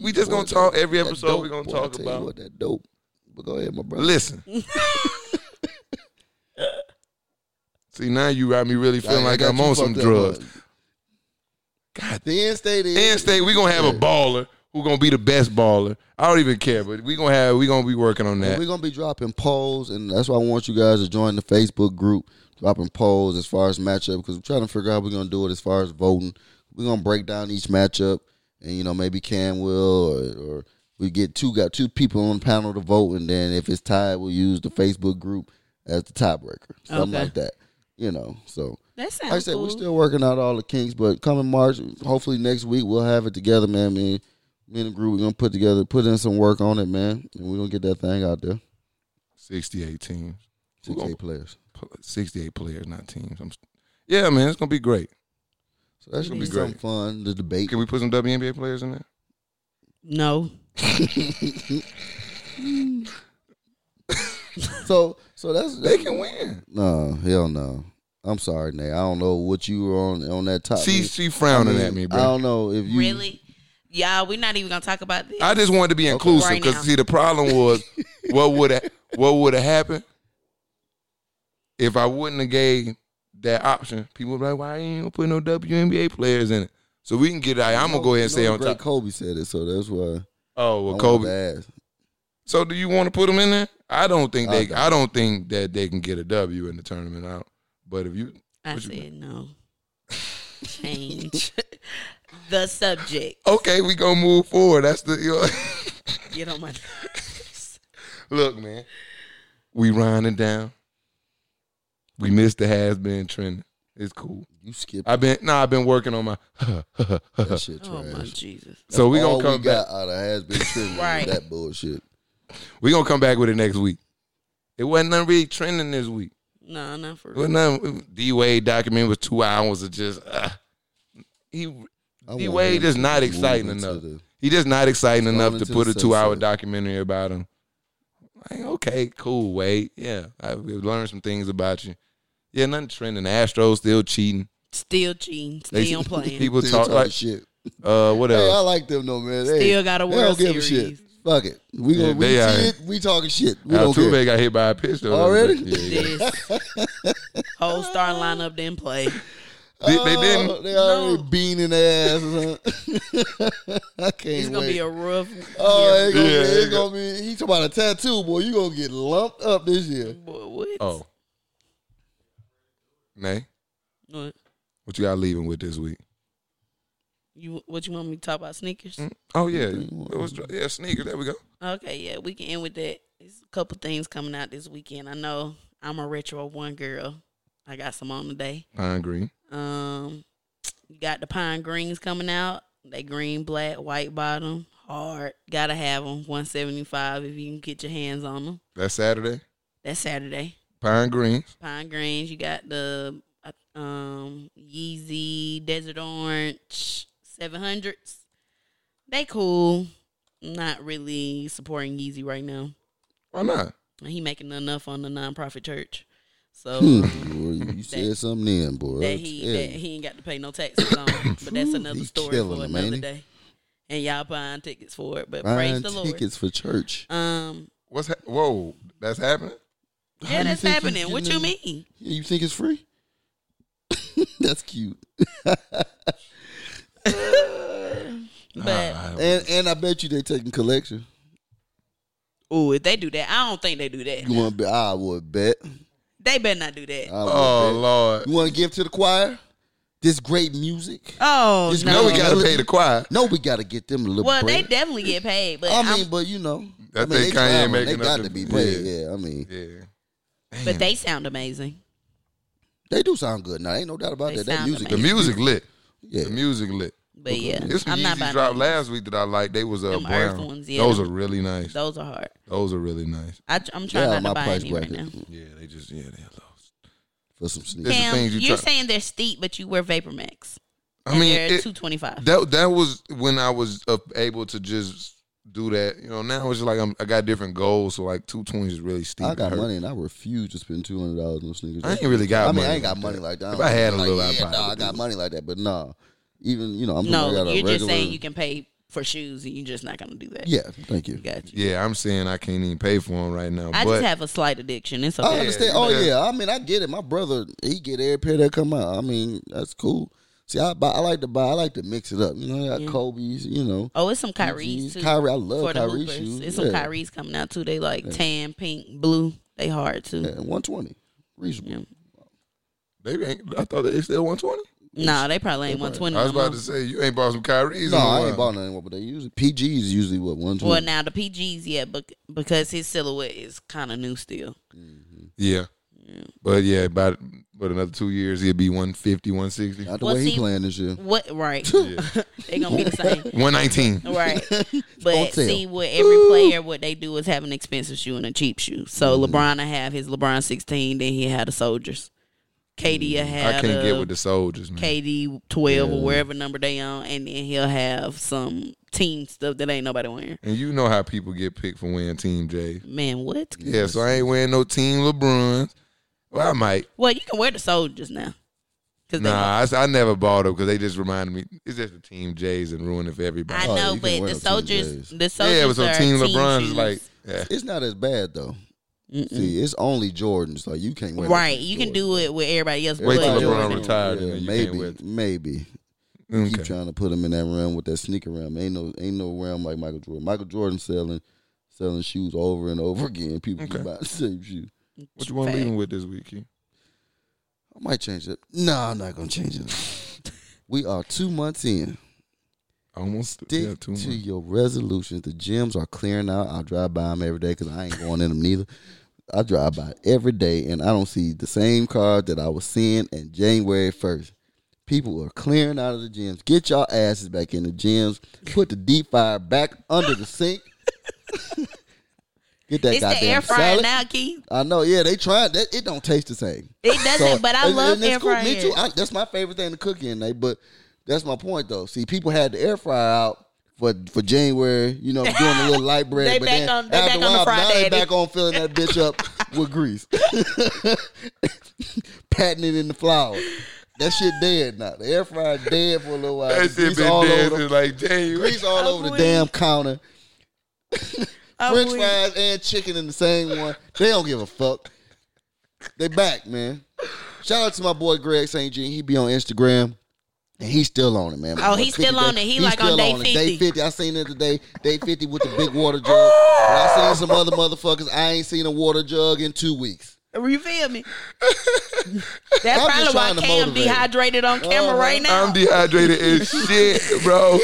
We just Boy, gonna talk every that episode, dope, we gonna boy, talk I tell you about- what, that dope. But go ahead, my brother. listen. See now you got me really feeling I like got I'm you on some fucked up, drugs. man. God The end state is Penn State, we gonna have a baller who gonna be the best baller. I don't even care, but we gonna have we gonna be working on And that. We're gonna be dropping polls, and that's why I want you guys to join the Facebook group, dropping polls as far as matchup, because we're trying to figure out how we're gonna do it as far as voting. We're gonna break down each matchup, and you know maybe Cam will, or, or we get two got two people on the panel to vote, and then if it's tied, we'll use the Facebook group as the tiebreaker, something Okay. like that. You know, so That like I sounds said, cool. we're still working out all the kinks, but coming March, hopefully next week we'll have it together, man. Me, me and the group, we're gonna put together, put in some work on it, man, and we're gonna get that thing out there. 68 teams, We're Six gonna- eight players. 68 players, not teams. I'm, yeah, man, it's gonna be great. So that's gonna be Mhm. something fun. The debate. Can we put some WNBA players in there? no. So, so that's They can win. no hell no. I'm sorry, Nate. I don't know what you were on on that top. She she frowning at me, I bro. don't know if you Really? Yeah, we're not even gonna talk about this. I just wanted to be inclusive Right because now. see the problem was what would what would have happened if I wouldn't have gave that option. People would be like, why ain't you put no WNBA players in it? So we can get. I'm gonna go ahead and say You know on the great top. Kobe said it, so that's why. Oh, I well, wanted Kobe. to ask. So do you want to put them in there? I don't think I they. I don't. don't, think that they can get a W in the tournament out. But if you, I what you said no. Change the subject. Oh. okay, we gonna move forward. That's the you know, Get on my nerves. look, man. We rinding down. We missed the has been trending. It's cool. You skipped I've been no, I've been working on my. that shit trash. Oh my Jesus. so we All gonna come we back. got out of has been trending was Right. that bullshit. We gonna come back with it next week. It wasn't nothing really trending this week. No, not for It real. wasn't nothing. D Wade document was two hours of just. Uh, he I D want Wade him just to not move exciting into enough. the- He just not exciting Thrown enough to into put the a two hour sunset. documentary about him. Like, okay, cool, Wade. Yeah, I, we've learned some things about you. Yeah, nothing trending. The Astros still cheating. Still cheating. They- Still playing. People Still talk talking like, shit. uh, what Hey, I else? like them though, man. Hey, Still got a they World don't give Series. a shit. Fuck it. We Yeah, gonna we they see alright. it. We talking shit. We don't care. Altuve Uh, got hit by a pitch though. Already? Yeah, yeah. This whole star lineup didn't play. They- they didn't- Oh, They already No. beating their ass. or something. I can't It's gonna wait. be a rough year. oh, it's gonna, Yeah, be, it's it's gonna be. He talking about a tattoo, boy. You gonna get lumped up this year. Boy, what? Oh, Nay, What? what you got leaving with this week? You what you want me to talk about sneakers? Mm. Oh yeah, Mm-hmm. it was yeah sneakers. There we go. Okay, yeah, we can end with that. There's a couple things coming out this weekend. I know I'm a retro one girl. I got some on today. Pine green. Um, you got the pine greens coming out. They green, black, white bottom, hard. Gotta have them. 175 if you can get your hands on them. That's Saturday. That's Saturday. Pine greens. Pine greens. You got the uh, um Yeezy Desert Orange 700s. They cool. Not really supporting Yeezy right now. Why not? He making enough on the nonprofit church, so Hmm. um, Boy, you said something then, boy. that I he tell that you. he ain't got to pay no taxes on. But that's another He story killing for them, another ain't he? day. And y'all buying tickets for it, but Buying praise the tickets for church. Lord. Um, What's ha- whoa? That's happening. How yeah, you that's think he's happening. What you getting mean? Yeah, you think it's free? That's cute. But And and I bet you they taking collection. oh, if they do that, I don't think they do that. You want to? I would bet. They better not do that. I would oh bet. lord. You want to give to the choir? This great music. oh Just no, No, we gotta pay the choir. No, we got to get them a little. well break. they definitely get paid, but I I'm- mean, but you know, That I mean, thing they Kanye traveling. making They up got the- to be paid. yeah. Yeah. I mean, Yeah. but they sound amazing. they do sound good. Now, ain't no doubt about They that. That sound music, The music lit. yeah, The music lit. But yeah, This some I'm not Yeezy buying dropped them. last week that I liked. They was uh, Them brown. Earth ones, yeah. Those are really nice. Those are hard. Those are really nice. I, am yeah, trying my not to buy price any right bracket now. Yeah, they just yeah they're those. for some sneakers. It's the Cam, things you you are try- saying they're steep, but you wear Vapor Max. I mean, they're it, two twenty five. that that was when I was uh, able to just do that. You know, now it's just like I'm, I got different goals, so like two twenty is really steep. I got It hurt. money and I refuse to spend two hundred dollars on sneakers. I ain't really I got. mean, money I ain't got like money that. like that. If I had a Like, little, I'd yeah, probably nah, I do got it. money like that, but nah. Even you know, I'm I got No, a you're just regular- saying you can pay for shoes and you're just not gonna do that. Yeah, thank you. Got you. Yeah, I'm saying I can't even pay for them right now. I but just have a slight addiction. It's I okay. understand. you Oh know. yeah, I mean, I get it. My brother, he get every pair that come out. I mean, that's cool. See, I buy, I like to buy. I like to mix it up. You know, I got Yeah. Kobe's. You know, Oh, it's some Yeezys. Kyrie's too. Kyrie, I love for the Kyrie hoopers. shoes. It's Yeah. some Kyrie's coming out too. They like tan, pink, blue. They hard too. yeah, one twenty, reasonable. Yeah. They ain't, I thought they still 120. Nah, they probably ain't one twenty. I was about to say you ain't bought some Kyrie's. No, in a I while. ain't bought nothing. But they usually PGs is usually what one Well, twenty. now the PGs, yeah, but because his silhouette is kind of new still. Yeah. But yeah, about but another two years he'll be 150, 160, Not the Well, way he see- playing this year. What? Right? they gonna be the same. 119. Right. Don't But tell. see, with every player, what they do is have an expensive shoe and a cheap shoe. So Mm-hmm. LeBron, I have his LeBron 16, then he had the Soldiers. KD, I Mm-hmm. I have can't get with the soldiers, man. KD 12 or wherever number they on, and then he'll have some team stuff that ain't nobody wearing. And you know how people get picked for wearing Team J. Man, what? Yeah, so I ain't wearing no Team LeBrons. Well, I might. Well, you can wear the Soldiers now. Cause they- Nah, I s- I, never bought them because they just reminded me. It's just the Team J's and ruining it for everybody. I Oh, know, you can wear but the those Soldiers, Team the Soldiers yeah, it was are on Team LeBron. shoes. It's like, yeah. It's not as bad though. Mm-mm. See, it's only Jordans. Like you can't wear right. You can do it with everybody else. Wait till but- LeBron retired and then you can't maybe, wear it. maybe. Keep Okay. trying to put him in that realm with that sneaker realm. Ain't no, ain't no realm like Michael Jordan. Michael Jordan selling, selling shoes over and over again. People Okay. keep buying the same shoe. What you want to Fact. leave 'em with this week, Key? I might change it. No, I'm not gonna change it. we are two months in. Almost. Stick yeah, two to months. your resolutions. The gyms are clearing out. I drive by them every day because I ain't going in them neither. I drive by every day and I don't see the same car that I was seeing in January 1st. People are clearing out of the gyms. Get your asses back in the gyms. Put the deep fryer back under the sink. Get that It's goddamn the air fryer salad. now, Keith. I know, yeah, they tried that. It don't taste the same. It doesn't, but I and- love and it's air cool. Me fryers. too. I, that's my favorite thing to cook in. Like, but that's my point though. See, people had the air fryer out for for January. You know, doing a little light bread. They but back then on- they after back a on the while, now Friday they and back it- on filling that bitch up with grease, patting it in the flour. That shit dead now. The air fryer dead for a little while. That The shit grease been all dead over the, since like January. grease all I over the wish. damn counter. I French wish. fries and chicken in the same one. They don't give a fuck. They back, man. Shout out to my boy Greg St. Jean. He be on Instagram. And he's still on it, man. My Oh, boy he's Cookie still Day- on it. He he's like on still day it. Day 50. 50. I seen it today. Day 50 with the big water jug. And I seen some other motherfuckers. I ain't seen a water jug in two weeks. You feel me? I'm just That's probably why trying to Cam motivate. Oh, dehydrated on camera right now. I'm dehydrated as shit, bro.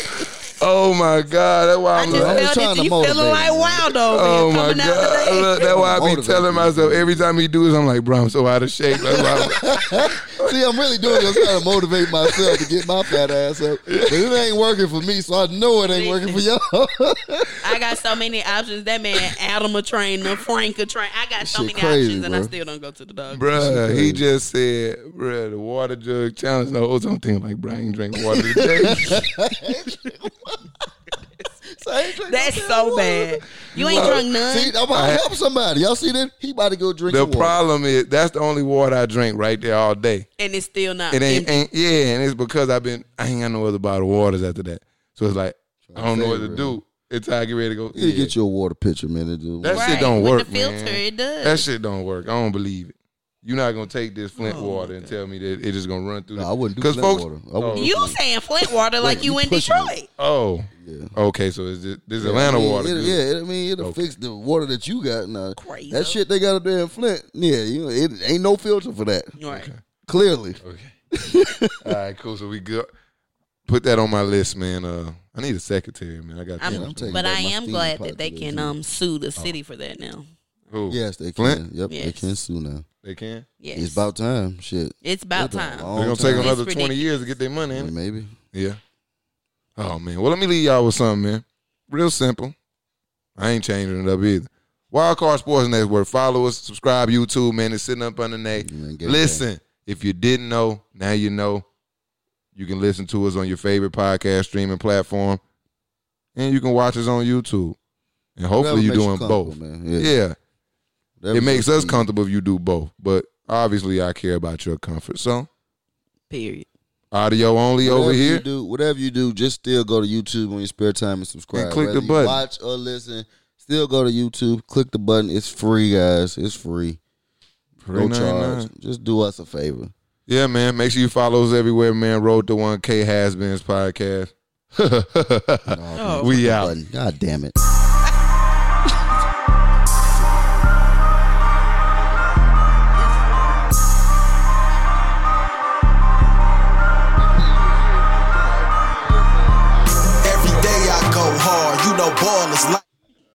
Oh my god, that's why I I'm just like, I'm just felt trying it. to You motivate feeling like you. wild over Oh here my coming out god! today. Look, that's why I be Motivate telling me. myself every time he do this, I'm like, bro, I'm so out of shape. That's why I'm- See, I'm really doing this trying to motivate myself to get my fat ass up. But it ain't working for me, so I know it ain't working for y'all. I got so many options. That man, Adam a trainer, Frank a train. I got so Shit many crazy, options, and I bro. still don't go to the dog. bruh, he just said, bruh, the water jug challenge. No, ozone am thinking like, bro, I ain't drink water today. So I ain't drinking That's no so water. bad. You ain't drunk none. See, I'm about to help somebody. Y'all see that? He about to go drink the some water. problem is that's the only water I drink right there all day. and it's still not. It ain't, empty. ain't yeah, and it's because I've been I ain't got no other bottle of waters after that. So it's like I don't know what to do until I get ready to go. You need to yeah. get your water pitcher, man. It do- That Right, shit don't with work, the filter, man. it does. That shit don't work. I don't believe it. You're not gonna take this Flint water and tell me that it's just gonna run through. Oh, No, the- I wouldn't do 'Cause Flint folks- water. I wouldn't do you Flint. saying Flint water like Wait, you you in pushing it. Detroit? Oh, Yeah. okay. So is this, this Atlanta I mean, water? It'll, good. yeah, I mean, it'll fix the water that you got. Now. Crazy. That shit they got up there in Flint. Yeah, you it ain't no filter for that. Right. Clearly. Okay. All right, cool. So we good. Put that on my list, man. Uh, I need a secretary, man. I got. I'm- I'm taking but back I my am steam glad pot that they today, can too. Oh. um sue the city for that now. Who? Yes, they Oh. Flint? can. Yep, they Yes. can soon now. They can. Yes, It's about time. Shit. It's about It's a time. long They're gonna take time. another It's twenty years to get their money. ain't it? Maybe. Yeah. Oh man. Well, let me leave y'all with something, man. Real simple. I ain't changing it up either. Wildcard Sports Network. Follow us. Subscribe. YouTube, man. It's sitting up under Nate. Man, get it Listen. If you didn't know, now you know. You can listen to us on your favorite podcast streaming platform, and you can watch us on YouTube. And hopefully, Whatever you're makes doing comfortable, both. Man. Yeah, Yeah. it makes us comfortable. comfortable if you do both. But obviously, I care about your comfort. So, Period. audio only over Whatever here. You do whatever you do, just still go to YouTube on your spare time and subscribe. And click the Whether you button. watch or listen. Still go to YouTube. Click the button. It's free, guys. It's free. No 399. charge. Just do us a favor. Yeah, man. Make sure you follow us everywhere, man. Road to 1K Has Beens podcast. Oh, we out. button. God damn it. Every day I go hard, you know ballers like